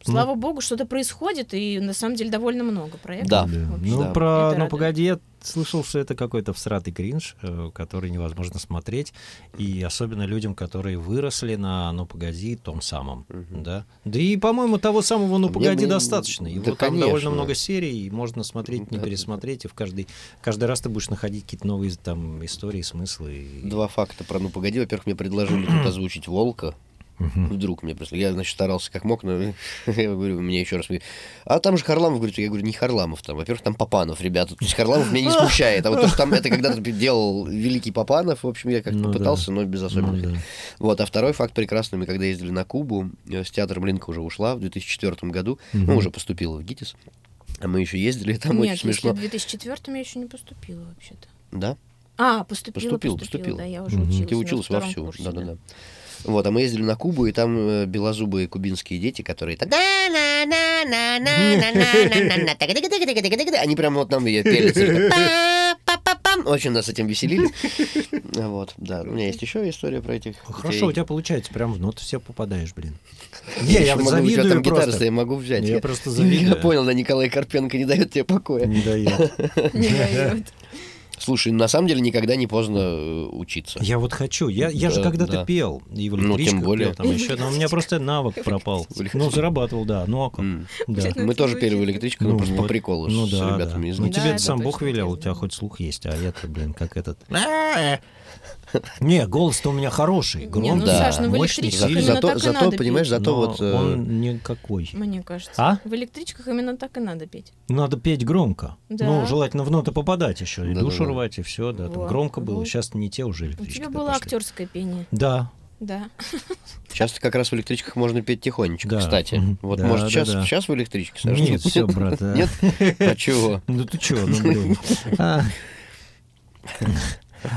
слава богу, что-то происходит, и на самом деле довольно много проектов.
Да.
Да.
в общем.
Ну,
Да.
про
Это
«Ну,
радует.
погоди», я слышал, что это какой-то всратый кринж, э, который невозможно смотреть, и особенно людям, которые выросли на «Ну, погоди» том самом,
Мгм.
да? Да и, по-моему, того самого «Ну,
Мне
погоди»
бы-
достаточно.
да,
Его там довольно
конечно.
много серий, и можно смотреть, не
Да.
пересмотреть, и в каждый, каждый раз ты будешь находить какие-то новые там истории, смыслы. и-
Два факта про «Ну, погоди». Во-первых, мне предложили тут озвучить «Волка».
Мгм.
Вдруг мне просто... Я, значит, старался как мог, но я говорю, мне еще раз... А там же Харламов, говорит, я говорю, не Харламов там. Во-первых, там Папанов, ребята. То есть Харламов меня не смущает. А вот то, что там это когда-то делал великий Папанов, в общем, я как-то
Ну да.
пытался, но без
Ну,
особенных.
да.
Вот, а второй факт прекрасный. Мы когда ездили на Кубу, э, с театром Линка уже ушла в 2004 году.
Мгм.
Ну, уже поступила в ГИТИС. А мы еще ездили, и там
Нет,
очень смешно.
если в 2004 я еще не поступила вообще-то.
Да?
А, поступила,
Поступила,
поступила,
поступила.
да, я уже
Мгм.
училась.
Ты
на
учился
втором
вовсю.
курсе,
Да, да, да. Вот, а мы ездили на Кубу, и там э, белозубые кубинские дети, которые так... Они прям вот нам ее пели. только «Па-па-пам». Очень нас этим веселили. Вот, да. У меня есть еще история про этих
Хорошо, у
детей.
тебя получается, прям в ноты все попадаешь, блин.
Я
Не, я
еще могу, у тебя там
завидую
гитариста
просто.
я могу взять.
Я
Я-
просто
Я
завидую.
понял, да, Николай Карпенко не дает тебе покоя.
Не дает.
Не дает.
Слушай, на самом деле никогда не поздно э, учиться.
Я вот хочу. Я, я же
Да,
когда-то
да.
пел. И в
Ну, тем
электричках
более.
пел там еще. Но у меня просто навык пропал. Ну, зарабатывал, да. Ну, а как?
М.
Да.
Блин,
Мы
это
тоже первую
звучит.
электричку, ну,
Ну
просто по
вот.
приколу
Ну
с
да, да.
ребятами из
Ну, тебе
Да,
это
это
сам
точно
Бог велел, у
интересно.
тебя хоть слух есть, а я-то, блин, как этот... А, э. Не, голос-то у меня хороший,
Не, ну,
громкий,
Саш,
ну, в
мощный,
электричках
сильный.
именно
Зато,
так и
зато
надо
понимаешь,
петь.
зато
Но
вот... э,
он никакой.
Мне кажется.
А?
В электричках именно так и надо петь.
Надо петь громко.
Да.
Ну, желательно в ноты попадать еще. И
Да-да-да.
душу рвать, и все. Да, там
Вот,
громко было.
вот.
Сейчас не те уже
ну. У
электрички.
тебя
да,
было
пошли.
актерское пение,
Да.
да.
Часто как раз в электричках можно петь тихонечко,
Да.
кстати.
Мгм.
Вот,
Да,
может,
да,
сейчас,
да.
сейчас в электричке, Саш?
Нет, все, брат. а.
Нет? А чего?
Ну ты чё, ну блин. А.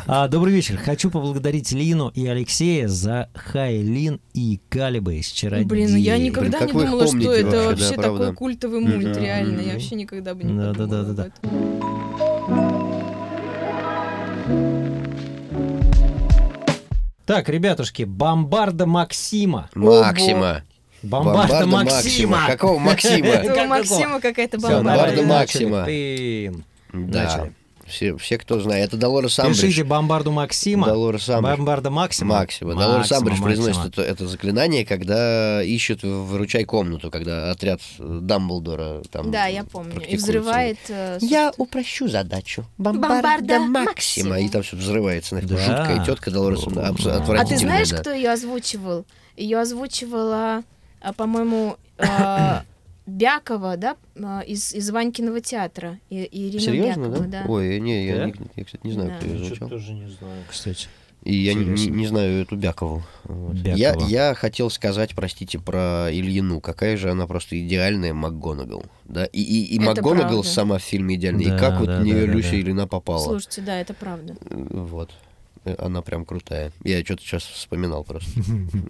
А, добрый вечер. Хочу поблагодарить Лину и Алексея за Хайлин и Калибы из «Чародеи».
Блин, ну я никогда
как
не
вы их
думала, что
помните
это
вообще,
вообще
да,
такой
правда?
культовый
Мгм.
мульт, реально. Я
Мгм.
вообще никогда бы не
Да, да,
подумала
да, да,
об этом.
Так, ребятушки, бомбарда Максима.
Максима.
Бомбарда, Максима.
Какого Максима?
Это
Как
у Максима какая-то
Всё,
Всё,
бомба.
бомбарда
начали,
Максима.
ты.
Да.
Начали.
Все, все, кто знает. Это Долорес Амбридж.
Пишите бомбарду Максима.
Долорес Амбридж.
Бомбарда Максима.
Максима. Долорес Амбридж
Максима.
произносит это, это заклинание, когда ищут в- выручай комнату, когда отряд э, Дамблдора там.
Да, я помню. И
практикуется.
взрывает... э,
Я упрощу задачу. Бомбарда,
Бомбарда
Максима.
Максима.
И там все взрывается. нафиг.
Да.
Жуткая тетка Долорес абс- отвратительная.
А ты знаешь,
да.
кто ее озвучивал? Ее озвучивала, а, по-моему, а, Бякова, да, а, из, из Ванькиного театра. И, Ирина
Серьезно,
Бякова,
да? Ой, не, я,
Да?
не- я, кстати, не знаю,
Да.
кто ее звучал.
тоже не знаю, кстати.
И я не, не-
Интересно.
не знаю эту Бякову. Вот.
Бякова.
Я, я хотел сказать, простите, про Ильину. Какая же она просто идеальная МакГонагал. Да? И, и, и
Это
МакГонагал
правда.
сама в фильме идеальная.
Да,
и как вот
да,
в нее
да, да,
Люся
да.
Ильина попала.
Слушайте, да, это правда.
Э, Вот. Э, Она прям крутая. Я что-то сейчас вспоминал просто.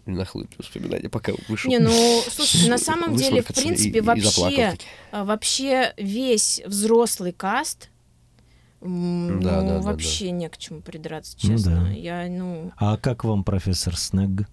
Нахлынули воспоминания, пока вышел.
Не, ну, слушайте, на
С-
самом деле, в
высморкаться и-
принципе,
и заплакал
вообще,
таки.
а, вообще весь взрослый каст, м,
Да, да, да,
ну,
да.
вообще не к чему придраться,
Ну да.
честно. Я, ну,
А как вам профессор Снег?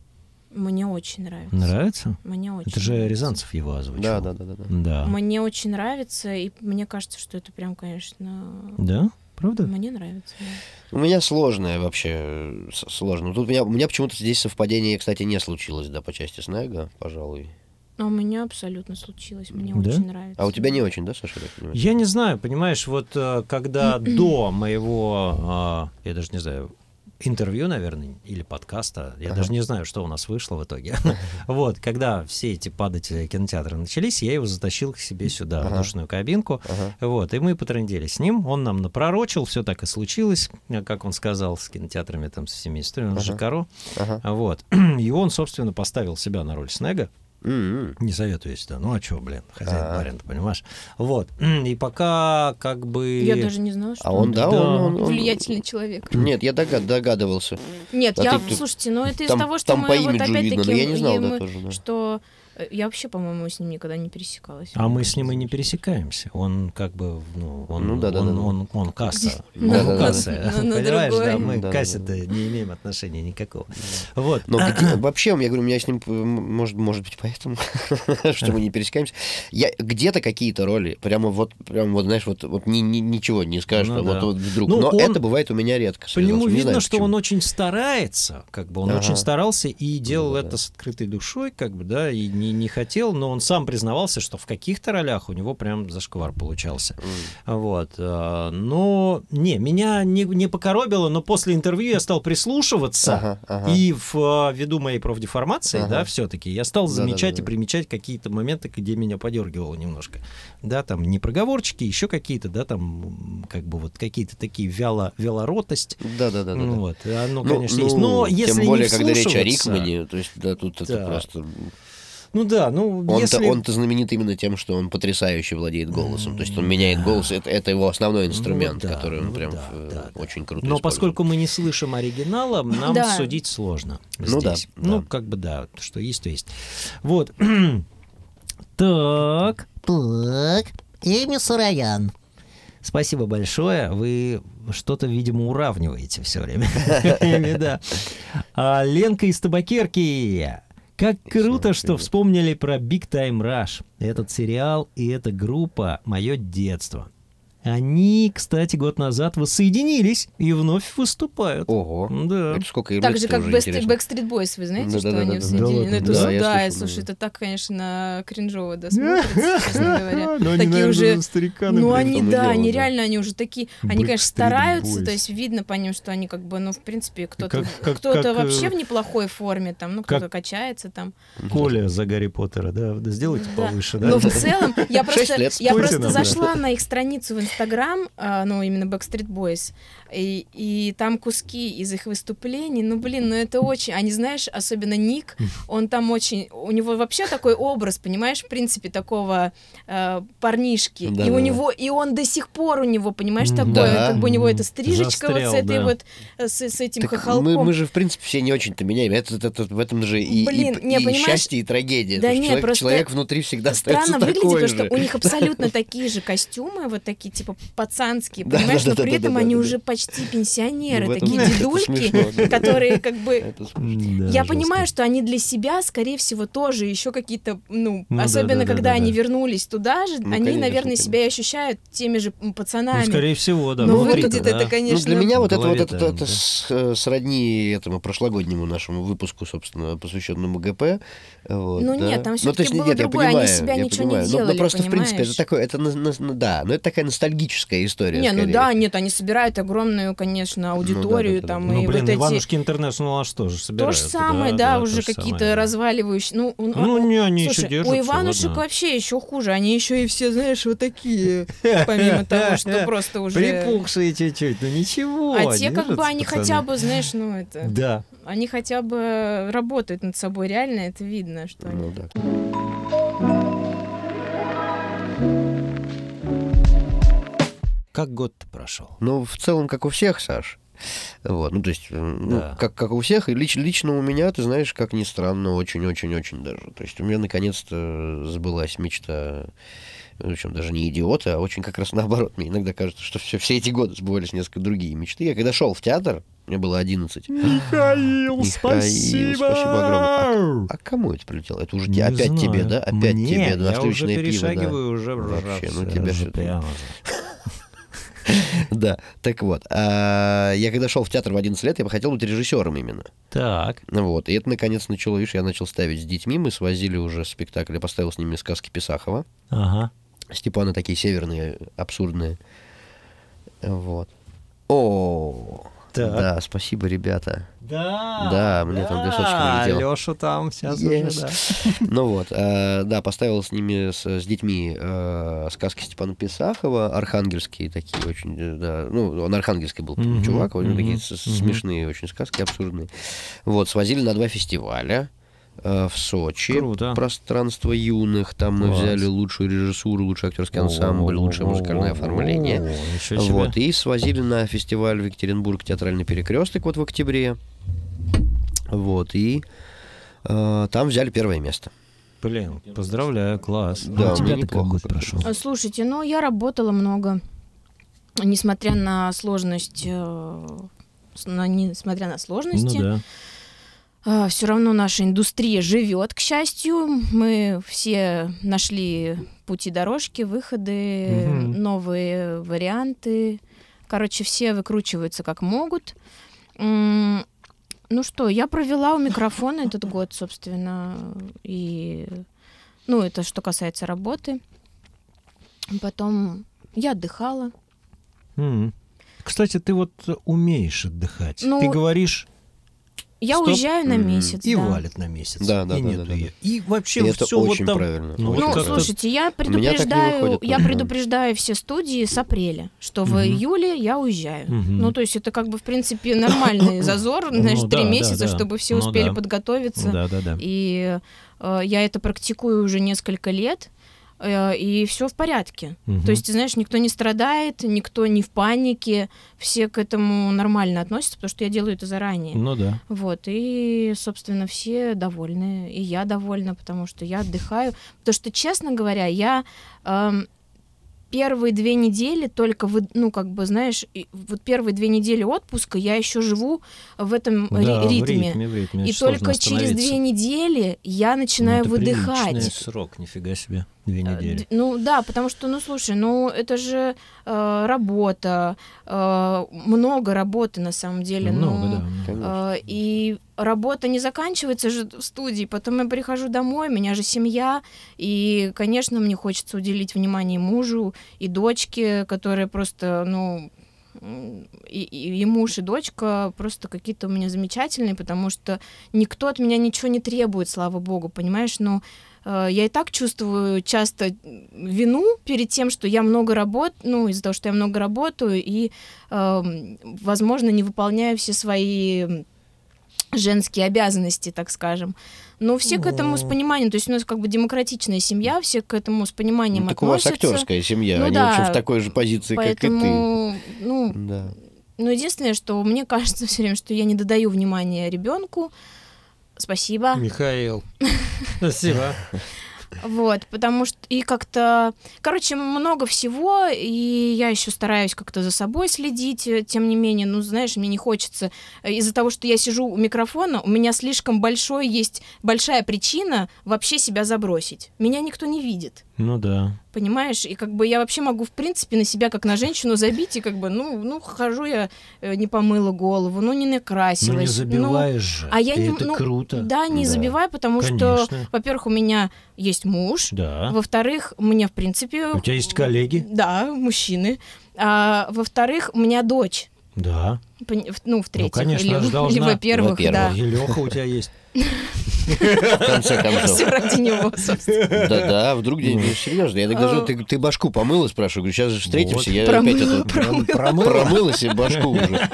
мне очень нравится.
Нравится?
Мне очень
Это же
нравится.
Рязанцев его озвучил.
Да, да, да, да. да.
Да.
Мне очень нравится, и мне кажется, что это прям, конечно,
Да? Правда?
Мне нравится. да.
У меня сложное вообще, э, с- сложно. Тут у меня, у меня почему-то здесь совпадение, кстати, не случилось, да, по части Снега, пожалуй.
А у меня абсолютно случилось. Мне
Да?
очень нравится.
А у тебя не очень, да, Саша? я так понимаю?
Я не знаю, понимаешь, вот э, когда до моего, а, я даже не знаю, интервью, наверное, или подкаста, я
Ага.
даже не знаю, что у нас вышло в итоге. Вот, когда все эти падатели кинотеатра начались, я его затащил к себе сюда, в
Ага.
душную кабинку.
Ага.
Вот, и мы потрындели с ним, он нам напророчил, все так и случилось, э, как он сказал, с кинотеатрами, там, со всеми историями,
Ага.
Жакаро.
Ага.
Вот, и он, собственно, поставил себя на роль Снега,
М-м.
не советуюсь, да. Ну а что, блин, хозяин
А.
барин, понимаешь? Вот. И пока как бы...
Я даже не знала, что
А он, да,
Да.
он- он... он-
влиятельный человек.
Нет, я догад- догадывался.
Нет,
А
я,
ты- ты-
слушайте, ну это из
там
того, что
там
мы
по
вот
имиджу
опять-таки,
видно, но я не знал,
мы-
да, тоже. да.
что э, я вообще, по-моему, с ним никогда не пересекалась.
А мы с ним и не пересекаемся. Он как бы, ну, он,
Ну да, да,
он,
да, да.
он, он касса.
Ну,
Он
да, да,
касса.
да. На- на
Понимаешь, да,
другой.
мы
Да, Ну, да,
к кассе-то не имеем отношения никакого. Вот.
Но где- вообще, я говорю, у меня с ним, м, может, может быть, поэтому, что мы не пересекаемся. Я где-то какие-то роли, прямо вот, прям вот, знаешь, вот, вот ни- ни- ничего не скажешь,
Ну
что вот,
да.
вот вдруг.
Ну,
Но
он-
это бывает у меня редко.
По нему
согласен. Не
видно,
знаю,
что
почему.
он очень старается, как бы он
Ага. Ну
очень старался и делал
да,
это
да.
с открытой душой, как бы, да, и не, не хотел, но он сам признавался, что в каких-то ролях у него прям зашквар получался. Вот. а, Но не, меня не, не покоробило, но после интервью я стал прислушиваться.
Ага, ага.
И в, а, ввиду моей профдеформации,
Ага.
да, все-таки, я стал
Да-да-да-да.
замечать и примечать какие-то моменты, где меня подергивало немножко. Да, там непроговорчики, еще какие-то, да, там м, как бы вот какие-то такие вяло, вялоротость.
Да-да-да. да, да.
Ну вот, оно,
Ну,
конечно,
ну,
есть. Но если
тем более,
не
когда речь о
вслушиваться-
Рикмане, то есть, да, тут это
Да.
просто...
Ну да, ну
Он-то,
если...
он-то знаменит именно тем, что он потрясающе владеет голосом. То есть он меняет голос, это, это его основной инструмент,
да,
который он
ну
прям
да,
э,
да, да.
очень круто
Но
использует.
поскольку мы не слышим оригинала, нам
Да.
судить сложно.
Ну да,
здесь.
да.
Ну, как бы да, что есть, то есть. Вот. Так.
Так, Эми Сараян.
Спасибо большое. Вы что-то, видимо, уравниваете все время. Эми, да. А, Ленка из табакерки. Как круто, что вспомнили про Big Time Rush. Этот сериал и эта группа мое детство. Они, кстати, год назад воссоединились и вновь выступают.
Ого.
Да.
Это сколько и
Так же, как
уже
Backstreet
интересно.
Backstreet Boys, вы знаете,
Да,
что
да, да,
они
да, да.
соединены?
Да
Ну, это
ладно?
же-
Да, я
да,
слышал,
слушай,
да.
это так, конечно, кринжово, да, смотрится,
Ну,
честно говоря. Такие уже
стариканы.
Ну,
блин,
они,
там и
да,
дело,
они
да.
реально, они уже такие, они,
Backstreet
конечно, стараются, то
Boys.
есть видно по ним, что они как бы, ну, в принципе, кто-то
Как- как-
кто-то
как, э,
вообще в неплохой форме, там, ну, кто-то
как-
качается там.
Коля за Гарри Поттера, да, да сделайте
Да.
повыше, да.
Но в целом, я
Шесть
просто,
лет с
я
Путиным,
просто
да.
зашла на их страницу в Инстаграм, а, ну, именно Backstreet Boys, и, и там куски из их выступлений, ну, блин, ну это очень... Они, знаешь, особенно Ник,
Хм.
он там очень... У него вообще такой образ, понимаешь, в принципе, такого э, парнишки. и у
Да-да-да.
него... И он до сих пор у него, понимаешь,
Мгм.
такое,
Да.
как бы у него эта стрижечка вот
Застрял,
с этой
да.
вот... э, С, с этим
Так
хохолком.
мы, мы же, в принципе, все не очень-то меняем. Это, это- это- в этом же и, и-
Блин, не,
и
понимаешь?
счастье, и трагедия.
Да
Потому что
не,
человек,
просто
человек внутри всегда остается
Странно выглядит,
такой
потому
же.
что у них абсолютно такие же костюмы, вот такие типа пацанские,
Да,
понимаешь,
да,
но
да,
при
да,
этом
да,
они
да,
уже
да.
почти
Ну,
пенсионеры,
в этом
такие
смысле это смешно, да.
дедульки, которые как бы...
Это см-
Я
Я понимаю, что они для себя, скорее всего, тоже еще какие-то, ну,
Ну да,
особенно
да, да,
когда
да,
они
да.
вернулись туда же,
Ну,
они,
конечно,
наверное,
конечно.
себя и ощущают теми же м, пацанами.
Ну, скорее всего, да.
но
внутри-то,
выглядит
да.
это, конечно,
ну, для меня
в
вот это вот
голове-то,
это, это
да.
с- э, сродни этому прошлогоднему нашему выпуску, собственно, посвященному ГП. вот,
Ну,
да.
нет, там
Но
всё-таки
ты-
было
нет, я
другое, они
понимаю,
себя
я
ничего не
понимаю. Ну,
делали,
Ну, просто, в принципе,
понимаешь?
это такое, это, на- на- на- да, но это такая ностальгическая история.
Не, ну
скорее.
да, нет, они собирают огромную, конечно, аудиторию
да,
там
Ну,
и
блин,
вот эти...
Иванушки Интернешнл аж тоже
То
собирают.
же самое, да, уже
то же
какие-то
самое, да.
разваливающие. Ну, он-
Ну, не, они
Слушай,
еще держатся.
у Иванушек
ладно.
вообще еще хуже. Они еще и все, знаешь, вот такие, помимо того, что просто уже...
Припухшие чуть-чуть, ну ничего.
А те, как бы,
держатся,
они
пацаны.
хотя бы, знаешь, ну это...
Да.
Они хотя бы работают над собой, реально это видно, что они...
Ну, да.
Как год-то прошел?
Ну, в целом, как у всех, Саш. Вот, ну, то есть, э, ну,
Да.
как, как у всех, и лич- лично у меня, ты знаешь, как ни странно, очень-очень-очень даже. То есть у меня наконец-то сбылась мечта, в общем, даже не идиота, а очень как раз наоборот. Мне иногда кажется, что все, все эти годы сбывались несколько другие мечты. Я когда шел в театр, мне было 11.
Михаил,
спасибо! спасибо огромное. А кому это прилетело? Это уже те- опять тебе, да? Опять
Мне?
тебе, да,
Я уже
сливочное пиво, да.
перешагиваю уже в
Вообще, ну,
ржавчину,
тебя
уже
ж-
прямо же.
Да, так вот. а, Я когда шел в театр в 11 лет, я бы хотел быть режиссером именно.
Так.
Вот, и это наконец начало, видишь, я начал ставить с детьми, мы свозили уже спектакль, я поставил с ними сказки Писахова,
Ага.
Степана такие северные, абсурдные, вот. О,
Так. А,
да, спасибо, ребята.
Да.
Да, мне там досочка налетела.
Леша там сейчас
Yes.
уже, да.
Ну вот, э, да, поставил с ними, с, с детьми э, сказки Степана Писахова, архангельские такие очень, э, да, ну, он архангельский был
Мгм,
чувак, у него такие
мгм,
с-
мгм.
смешные очень сказки, абсурдные. Вот, свозили на два фестиваля э, в Сочи.
Круто.
Пространство юных, там мы
Класс.
взяли лучшую режиссуру, лучший актерский ансамбль, лучшее музыкальное оформление.
О, ничего себе.
Вот, и свозили на фестиваль в Екатеринбург театральный перекресток вот в октябре. Вот, и э, там взяли первое место.
Блин, поздравляю, класс.
Да,
а у тебя-то
мне
как
неплохо
год
как-то.
прошел?
А, Слушайте, ну я работала много, несмотря на сложность... э, с- на- Несмотря на сложности,
Ну да.
все А, равно наша индустрия живет, к счастью. Мы все нашли пути дорожки, выходы,
Мгм.
новые варианты. Короче, все выкручиваются как могут. М, Ну что, я провела у микрофона этот год, собственно, и ну это что касается работы. Потом я отдыхала.
М. Кстати, ты вот умеешь отдыхать.
Ну,
ты говоришь
Я
Стоп.
уезжаю на
М,
месяц.
и
да.
валит на месяц.
Да, да,
и
да,
нету
да, да,
ее. И вообще
И это
все вот
очень
там.
правильно.
Ну,
очень
вот
Ну,
как-то-
правильно.
слушайте, я
У меня так не
предупреждаю,
выходит,
я
да.
предупреждаю все студии с апреля, что в
Мгм.
июле я уезжаю.
Мгм.
Ну, то есть это как бы, в принципе, нормальный зазор, знаешь,
Ну,
три
да, да,
месяца,
да.
чтобы все
Ну,
успели
да. Ну
подготовиться.
Да, да, да.
И э, я это практикую уже несколько лет, э, и все в порядке.
Мгм.
То есть, ты знаешь, никто не страдает, никто не в панике, все к этому нормально относятся, потому что я делаю это заранее.
Ну да.
Вот, и, собственно, все довольны. И я довольна, потому что я отдыхаю. Потому что, честно говоря, я эм, первые две недели только, вы, ну, как бы, знаешь, и вот первые две недели отпуска я еще живу в этом ри-
Да, в
ритме.
ритме, в ритме.
И
Очень сложно
только через
остановиться.
две недели я
Ну,
начинаю
это приличный
выдыхать.
срок, нифига себе. Две
Э,
недели.
д- Ну да, потому что, ну слушай, ну это же э, работа, э, много работы на самом деле. ну,
Много, да.
Конечно.
Э, И работа не заканчивается же в студии. Потом я прихожу домой, у меня же семья. И, конечно, мне хочется уделить внимание и мужу, и дочке, которая просто, ну, м, и, и- и муж, и дочка просто какие-то у меня замечательные, потому что никто от меня ничего не требует, слава богу, понимаешь, но э, я и так чувствую часто м, вину перед тем, что я много работаю, ну, из-за того, что я много работаю, и, эм, возможно, не выполняю все свои м, женские обязанности, так скажем. Но все к этому с пониманием, то есть у нас как бы демократичная семья, все к этому с пониманием
Ну, так у вас
относятся.
актерская семья,
Ну
они,
да,
в общем, в такой же позиции,
Поэтому,
как и
ну,
ты. Да.
ну, единственное, что мне кажется все время, что я не додаю внимания ребенку. Спасибо.
Михаил. Спасибо.
Вот, потому что и как-то, короче, много всего, и я еще стараюсь как-то за собой следить, э, тем не менее, ну, знаешь, мне не хочется, э, из-за того, что я сижу у микрофона, у меня слишком большой есть, большая причина вообще себя забросить. Меня никто не видит.
Ну да.
Понимаешь, и как бы я вообще могу, в принципе, на себя как на женщину забить, и как бы, ну, ну, хожу я, э, не помыла голову, ну, не накрасилась.
Ну не
ну,
забиваешь же.
а я
И
не-
это
ну,
круто.
Да, не
Да.
забивай, потому что,
Конечно.
во-первых, у меня есть муж,
Да.
во-вторых, мне, в принципе...
У тебя есть коллеги?
Да, мужчины. А, во-вторых, у меня дочь.
Да.
Пон- в- Ну, в-третьих.
конечно,
или,
она же должна.
или во-первых, да.
И Леха у тебя есть.
В конце концов.
Все ради него, собственно.
Да-да, вдруг где-нибудь серьезно. Я так даже,
А.
ты, ты башку помыла, спрашиваю, говорю, сейчас же встретимся, я опять
Промыла,
это промыла себе башку уже.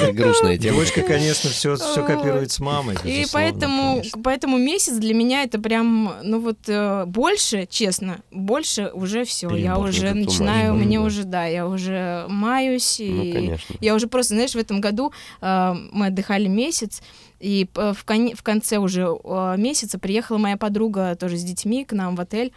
Это грустная тема.
Девочка, конечно, все, все
Вот.
копирует с мамой.
И
безусловно,
поэтому,
конечно.
поэтому месяц для меня это прям, ну вот э, больше, честно, больше уже все. Я
Перебор,
уже
это туман,
начинаю,
да,
мне
да.
уже, да, я уже маюсь и
Ну, конечно.
Я уже просто, знаешь, в этом году э, мы отдыхали месяц, и э, в, кон- в конце уже э, месяца приехала моя подруга тоже с детьми к нам в отель.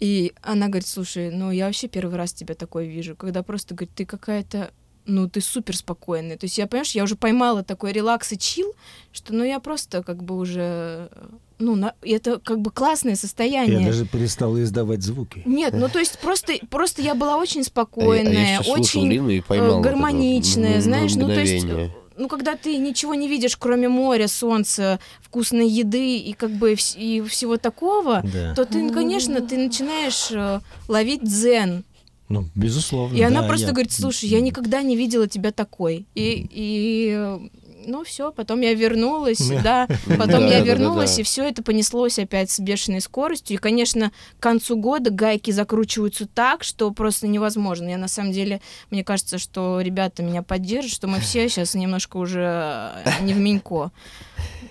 И она говорит, слушай, ну я вообще первый раз тебя такой вижу, когда просто, говорит, ты какая-то, ну ты супер спокойная. То есть я, понимаешь, я уже поймала такой релакс и чил, что ну я просто как бы уже, э, ну на- и это как бы классное состояние.
перестала издавать звуки.
Нет, ну то есть просто, просто я была
А я- а
очень
я
спокойная,
сейчас слушал
очень э,
Лину и поймал вот это вот
гармоничная,
м-
знаешь, ну, то есть,
мгновение.
ну, когда ты ничего не видишь, кроме моря, солнца, вкусной еды и как бы вс- и всего такого,
Да.
то ты, конечно, ты начинаешь э, ловить дзен.
Ну, безусловно.
И она
да,
просто
я-
говорит, слушай, я никогда не видела тебя такой. И, и э, ну все, потом я вернулась, да, потом я
Да-да-да-да-да.
вернулась, и все это понеслось опять с бешеной скоростью. И, конечно, к концу года гайки закручиваются так, что просто невозможно. Я на самом деле, мне кажется, что ребята меня поддержат, что мы все сейчас немножко уже э, не в Минько.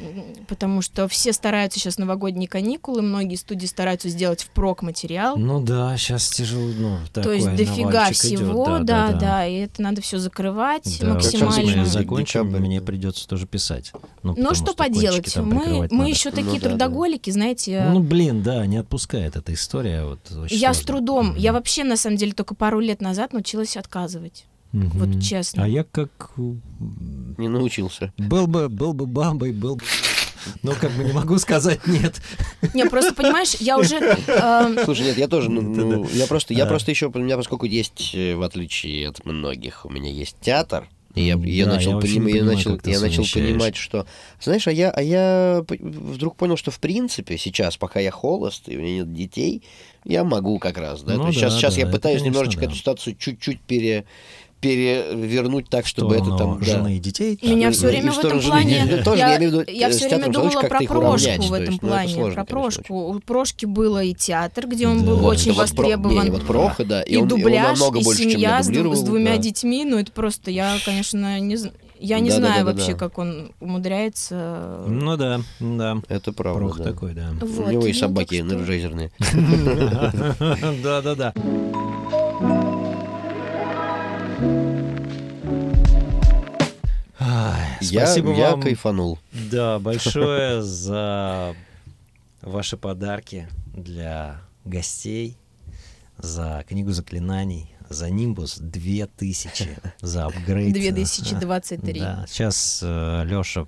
М, Потому что все стараются сейчас новогодние каникулы, многие студии стараются сделать впрок материал.
Ну да, сейчас тяжело. Ну,
То
такой
есть дофига
навальчик
всего,
идет,
да, да, и это надо все закрывать
Да, как только
максимально.
мы закончим,
Декабрь.
мне придется тоже писать. Ну,
Но
потому
что
кончики
поделать,
там
мы,
прикрывать
мы
надо.
еще
Ну
такие
да, да.
трудоголики, знаете.
Ну, блин, да, не отпускает эта история. Вот, очень
я с
сложно.
трудом,
Мгм.
я вообще на самом деле только пару лет назад научилась отказывать.
Мгм.
вот честно.
А я как... м,
Не научился.
Был бы, был бы бамбой, был бы... Но как бы не могу сказать нет.
Не, просто понимаешь, я уже эм,
Слушай, нет, я тоже, ну,
Это
ну, я просто, я
А.
просто еще, у меня поскольку есть, э, в отличие от многих, у меня есть театр, и я, и я
Да, я
начал,
вообще не
поним- я
понимаю,
начал,
как ты
я начал
совмещаешь.
понимать, что, знаешь, а я, а я п- вдруг понял, что в принципе сейчас, пока я холост и у меня нет детей, я могу как раз, да,
Ну
то есть
да,
сейчас, сейчас
да,
я
это,
пытаюсь
конечно,
немножечко
да.
эту ситуацию чуть-чуть пере перевернуть так, чтобы это там да.
жены и детей.
меня
Ну,
все
и
время
в
в
сторону
этом
жизни.
плане.
Тоже,
я,
я имею в виду, э, с
все
театром
время
задача,
думала
как
про
ты их уравнять,
прошку в
то есть, ну,
этом
это
плане.
сложно,
про
конечно,
прошку. У прошки было и театр, где он
Да.
был
Вот,
очень
это вот про- не,
востребован.
не, вот Проха, да, и, он, и он
дубляж,
намного
и
больше, чем
семья
я
с, дву-
дублировал.
с двумя
да.
детьми, ну это просто, я, конечно, не, зн- я не
Да-да-да-да-да.
знаю вообще, как он умудряется.
Ну да, да.
Это правда.
Прох
да.
такой, да.
Вот,
У него и
ну,
собаки
так что-
энерджайзерные.
Да, да, да. Ай,
Я-
Спасибо
я,
вам.
кайфанул.
Да, большое за ваши подарки для гостей, за книгу заклинаний, за Нимбус 2000, за апгрейд.
2023.
Да, сейчас Леша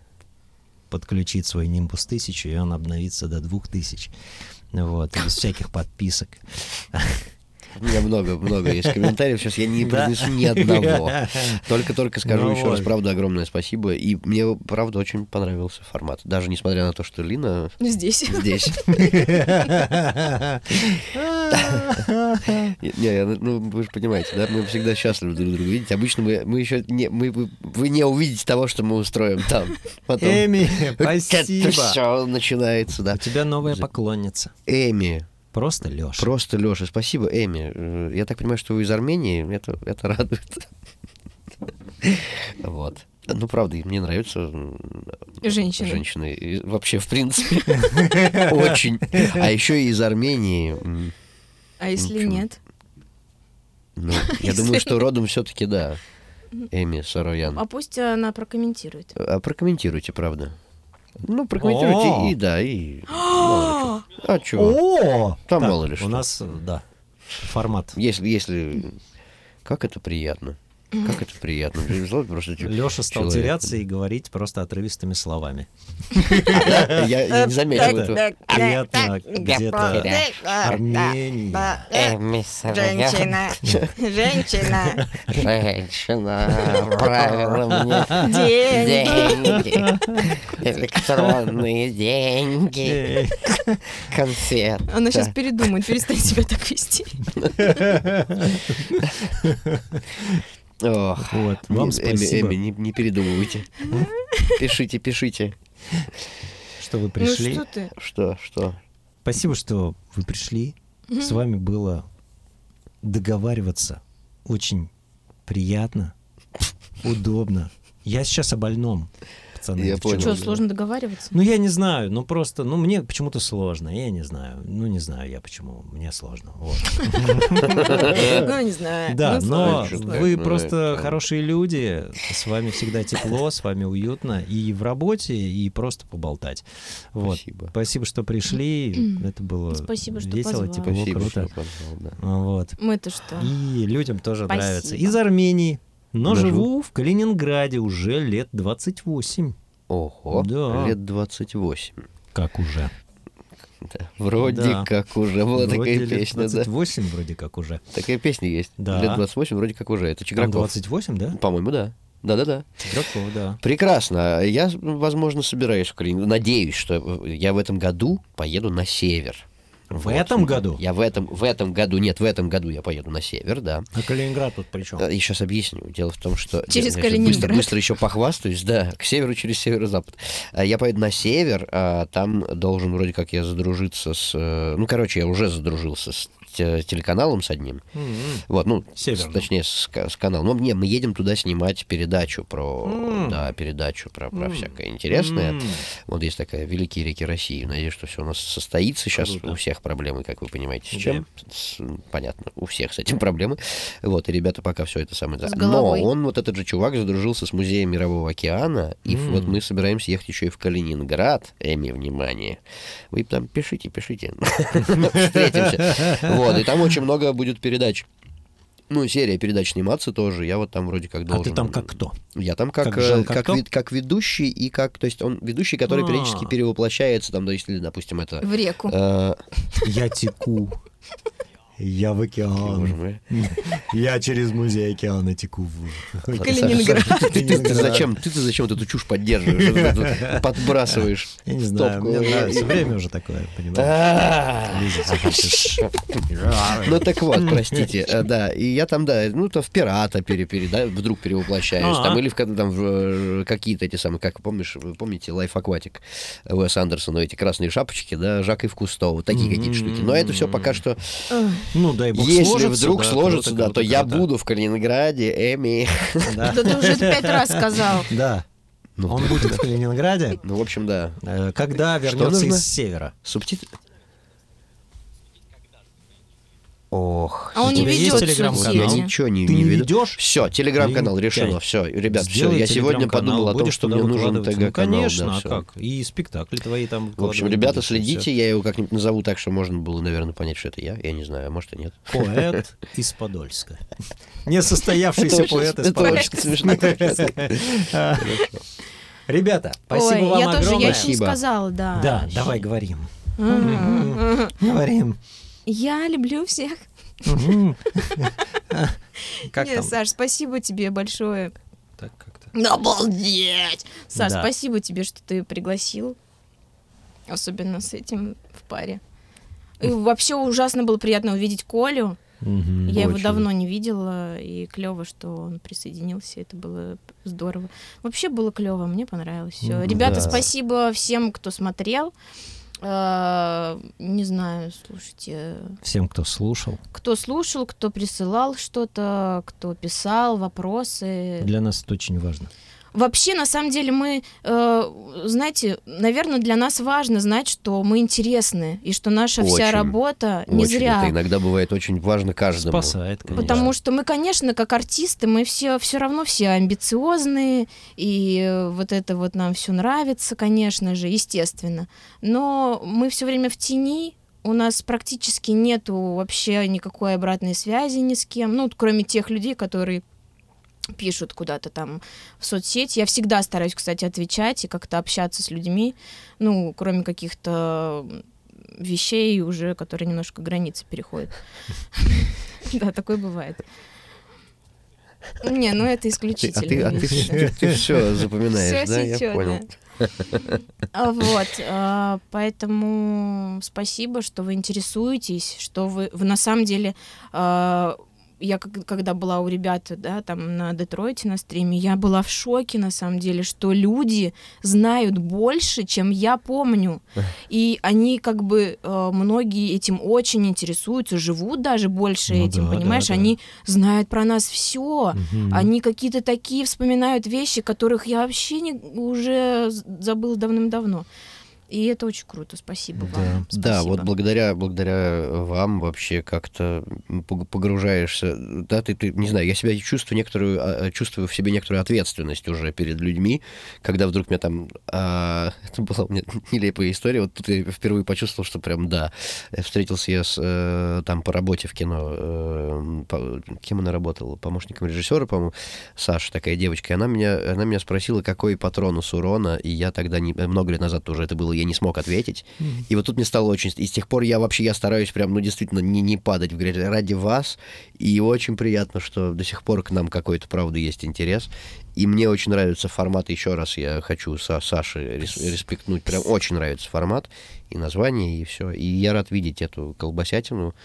подключит свой Nimbus 1000, и он обновится до 2000. Вот, без всяких подписок.
У меня много-много есть комментариев. Сейчас я не
Да.
произнесу ни одного. Только-только скажу
Ну
еще раз,
вот.
правда, огромное спасибо. И мне, правда, очень понравился формат. Даже несмотря на то, что Лина
Ну, Здесь.
здесь. Не, не, ну вы же понимаете, да, мы всегда счастливы друг друга видеть. Обычно мы, мы еще не, мы, вы- вы не увидите того, что мы устроим там. Потом.
Эми, спасибо.
Все начинается, да.
У тебя новая поклонница.
Эми,
Просто Леша.
просто Леша, спасибо, Эми. Э, Я так понимаю, что вы из Армении, это, это радует. Вот. Ну, правда, и мне нравятся м,
Женщины.
Ну, женщины. И Вообще, в принципе, очень. А еще и из Армении. М,
А если
Почему?
нет?
Ну, я думаю, что родом все-таки да. Эми Сароян.
А пусть она прокомментирует.
А прокомментируйте, правда. Ну, прокомментируйте
О.
и да, и... мало ли чё. А чего?
О! Так,
Там мало ли что.
У нас, э, да, формат.
Если, если... Как это приятно. Как это приятно. Представляете, Просто чё-
Леша стал
человек.
теряться и говорить просто отрывистыми словами.
Да, Я я не заметил этого.
Приятно где-то Армении.
Эми Сароян.
Женщина.
Женщина правила мне
День.
деньги. Электронные деньги.
Э,
Ну, Конфет.
Она сейчас передумает, перестань себя так вести. Ну,
Ох.
Вот, вам
Эми-
спасибо,
Эми, не- не передумывайте. Пишите, пишите.
что вы
Ну
пришли.
что ты?
Что, что?
Спасибо, что вы пришли. С вами было договариваться очень приятно, удобно. Я сейчас о больном, пацаны.
Я
девчонки.
понял.
Что, сложно договариваться?
Ну, я не знаю, ну просто, ну мне почему-то сложно, я не знаю, ну не знаю я почему, мне сложно. Вот.
Ну, не знаю.
Да,
Ну,
но
сложно, сложно.
вы
Ну,
просто
это-
хорошие люди, с вами всегда тепло, с вами уютно и в работе, и просто поболтать. Вот.
Спасибо.
Спасибо, что пришли, это было
Спасибо, что
весело,
позвал.
тепло,
Спасибо,
круто.
что позвал, да.
Вот.
Мы-то что?
И людям тоже
Спасибо.
нравится. Из Армении. Но
Даже-
живу в Калининграде уже лет 28.
Ого,
Да.
лет 28.
Как уже?
Да, Вроде
Да.
как уже была
вроде
такая
лет
песня,
28 вроде как уже.
да. Такая песня есть.
Да.
Лет 28 вроде как уже. Это
Там
Чиграков.
28, да?
По-моему, да. Да-да-да.
Чиграков, да.
Прекрасно. Я, возможно, собираюсь в Калининград. Надеюсь, что я в этом году поеду на север.
В
Вот.
этом году?
Я в этом, в этом году, нет, в этом году я поеду на север, да.
А Калининград тут при чем?
Э, Я сейчас объясню. Дело в том, что...
Через
Я, значит, Быстро,
Калининград.
быстро еще похвастаюсь, да, к северу через северо-запад. А Я поеду на север, а там должен вроде как я задружиться с... э, Ну, короче, я уже задружился с те- телеканалом с одним.
М-м.
Вот, ну, с-
Северным.
точнее, с, ка- с каналом. Но не, мы едем туда снимать передачу про...
М.
Да, передачу про, про всякое интересное.
М-м.
Вот есть такая «Великие реки России». Надеюсь, что все у нас состоится. Сейчас
Круто.
у всех проблемы, как вы понимаете, с
Да.
чем. С- понятно, у всех с этим проблемы. Вот, и ребята пока все это самое...
С
Но
головой.
он, вот этот же чувак, задружился с Музеем Мирового океана. И
М.
вот мы собираемся ехать еще и в Калининград. Эми, внимание. Вы там пишите, пишите. Встретимся. Вот, и там очень много будет передач. Ну, серия передач сниматься тоже. Я вот там вроде как
А
должен...
ты там как кто?
Я там как,
Как
э,
Жан
как,
Кокто?
вед- как ведущий и как... То есть он ведущий, который
А.
периодически перевоплощается, там, то есть, или, допустим, это...
В реку.
э,
Я теку. Я в
боже
океан.
мой.
Я через музей океана теку. Ну,
Калининград.
Саша, ты- ты- Ты зачем ты зачем эту чушь поддерживаешь? Вот это вот Подбрасываешь
Я не знаю,
стопку.
мне нравится. Время уже такое, понимаешь?
А.
Лиза, захочешь.
Ну так вот, простите, э, да, и я там, да, ну то в пирата перепереда, вдруг перевоплощаюсь, там
А.
или в ка- там в, э, какие-то эти самые, как помнишь, вы помните Лайф Акватик Уэс Андерсона, эти красные шапочки, да, Жак и Кусто, вот такие какие-то штуки. Но это все пока что
Ну, дай бог
Если
сложится,
вдруг
да,
сложится,
круто,
да,
круто,
то я
круто.
буду в Калининграде, Эми.
Да.
Да ты уже это пять раз сказал.
Да.
Ну,
Он будет в Калининграде,
Ну, в общем, да.
э, когда вернется
нужно?
из севера.
Субтитры. Ох.
А он
У
не
тебя есть
ведет
Я
телеграм-канал?
соцсети.
ничего не,
Ты не
веду.
ведешь?
Все, телеграм-канал
Блин,
решено.
тянь.
Все, ребят, все.
Сделай
Я сегодня
телеграм-канал,
подумал о том,
будешь
что
туда
мне нужен
выкладывать.
ТГ-канал.
Ну, конечно,
да,
а
всё.
как? И спектакли твои там
В общем,
выкладывать
ребята,
будешь, и
следите, я его как-нибудь назову так, что можно было, наверное, понять, что это я. Я не знаю, а может и нет.
всё. Поэт из Подольска. Несостоявшийся поэт из
Это очень
Подольска.
смешно.
Ребята, спасибо
Ой,
вам
я тоже, я
огромное.
еще не
Спасибо.
сказала, да.
Да, давай говорим.
М.
Говорим.
Я люблю всех.
Мгм. Как
Нет,
там?
Саш, спасибо тебе большое.
Так как-то.
Ну, Обалдеть! Саш,
Да.
спасибо тебе, что ты пригласил. Особенно с этим в паре. И вообще ужасно было приятно увидеть Колю.
Мгм.
Я его
Очень.
давно не видела, и клево, что он присоединился. Это было здорово. Вообще было клево, мне понравилось все.
Мгм.
Ребята,
Да.
спасибо всем, кто смотрел. Э, Не знаю, слушайте,
Всем, кто слушал.
кто слушал, кто присылал что-то, кто писал вопросы.
Для нас это очень важно.
Вообще, на самом деле, мы, э, знаете, наверное, для нас важно знать, что мы интересны, и что наша вся
Очень.
работа не
Очень.
зря.
Это иногда бывает очень важно каждому.
Спасает, конечно.
Потому что мы, конечно, как артисты, мы все, все равно все амбициозные, и э, вот это вот нам все нравится, конечно же, естественно. Но мы все время в тени, у нас практически нету вообще никакой обратной связи ни с кем, ну, вот кроме тех людей, которые пишут куда-то там в соцсети. Я всегда стараюсь, кстати, отвечать и как-то общаться с людьми, ну, кроме каких-то вещей уже, которые немножко границы переходят. Да, такое бывает. Не, ну это
Ты- а
исключительно.
ты, а ты, все запоминаешь,
Всё
да? Я
сечётное.
понял.
А Вот, а, поэтому спасибо, что вы интересуетесь, что вы, в- на самом деле, а, я как- когда была у ребят, да, там на Детройте на стриме, я была в шоке, на самом деле, что люди знают больше, чем я помню, и они как бы э, многие этим очень интересуются, живут даже больше
Ну
этим,
да, да,
понимаешь,
да.
они знают про нас все,
Мгм.
они какие-то такие вспоминают вещи, которых я вообще не, уже з- забыл давным-давно. И это очень круто. Спасибо вам.
Да, вот
Спасибо.
благодаря, благодаря вам вообще как-то пог- погружаешься. Да, ты, ты, не знаю, я себя чувствую некоторую, а, а, чувствую в себе некоторую ответственность уже перед людьми, когда вдруг меня там... а, это была у меня нелепая история. Вот тут я впервые почувствовал, что прям да. Встретился я с, э, там по работе в кино. э, по- кем она работала? Помощником режиссера, по-моему. Саша, такая девочка, и она меня, она меня спросила, какой патрон у Сурона, и я тогда, не, э, много лет назад тоже это было, я не смог ответить. И вот тут мне стало очень... И с тех пор я вообще, я стараюсь прям, ну, действительно, не, не падать в грязь ради вас, и очень приятно, что до сих пор к нам какой-то, правда, есть интерес. И мне очень нравится формат, еще раз я хочу Са- Саше рес- респектнуть, прям очень нравится формат, и название, и все. И я рад видеть эту колбасятину,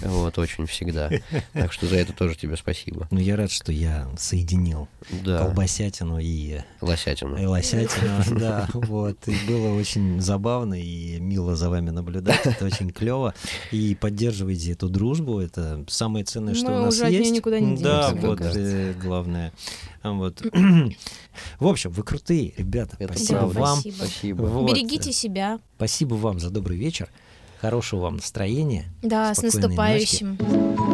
вот, очень всегда. Так что за это тоже тебе спасибо.
Ну, я рад, что я соединил
Да,
колбасятину и
лосятину.
э, лосятину, да, вот, и было очень забавно и мило за вами наблюдать, это очень клево, и поддерживайте эту дружбу, это самое ценное, что
Мы
у нас
уже от неё
есть.
никуда не
Да,
денемся, мне
вот, э,
кажется.
главное, А, вот. В общем, вы крутые, ребята,
Это
спасибо
правда.
вам.
Спасибо.
Спасибо.
Вот. э,
Берегите себя.
Спасибо вам за добрый вечер, хорошего вам настроения,
Да, с
Спокойной ночи.
наступающим.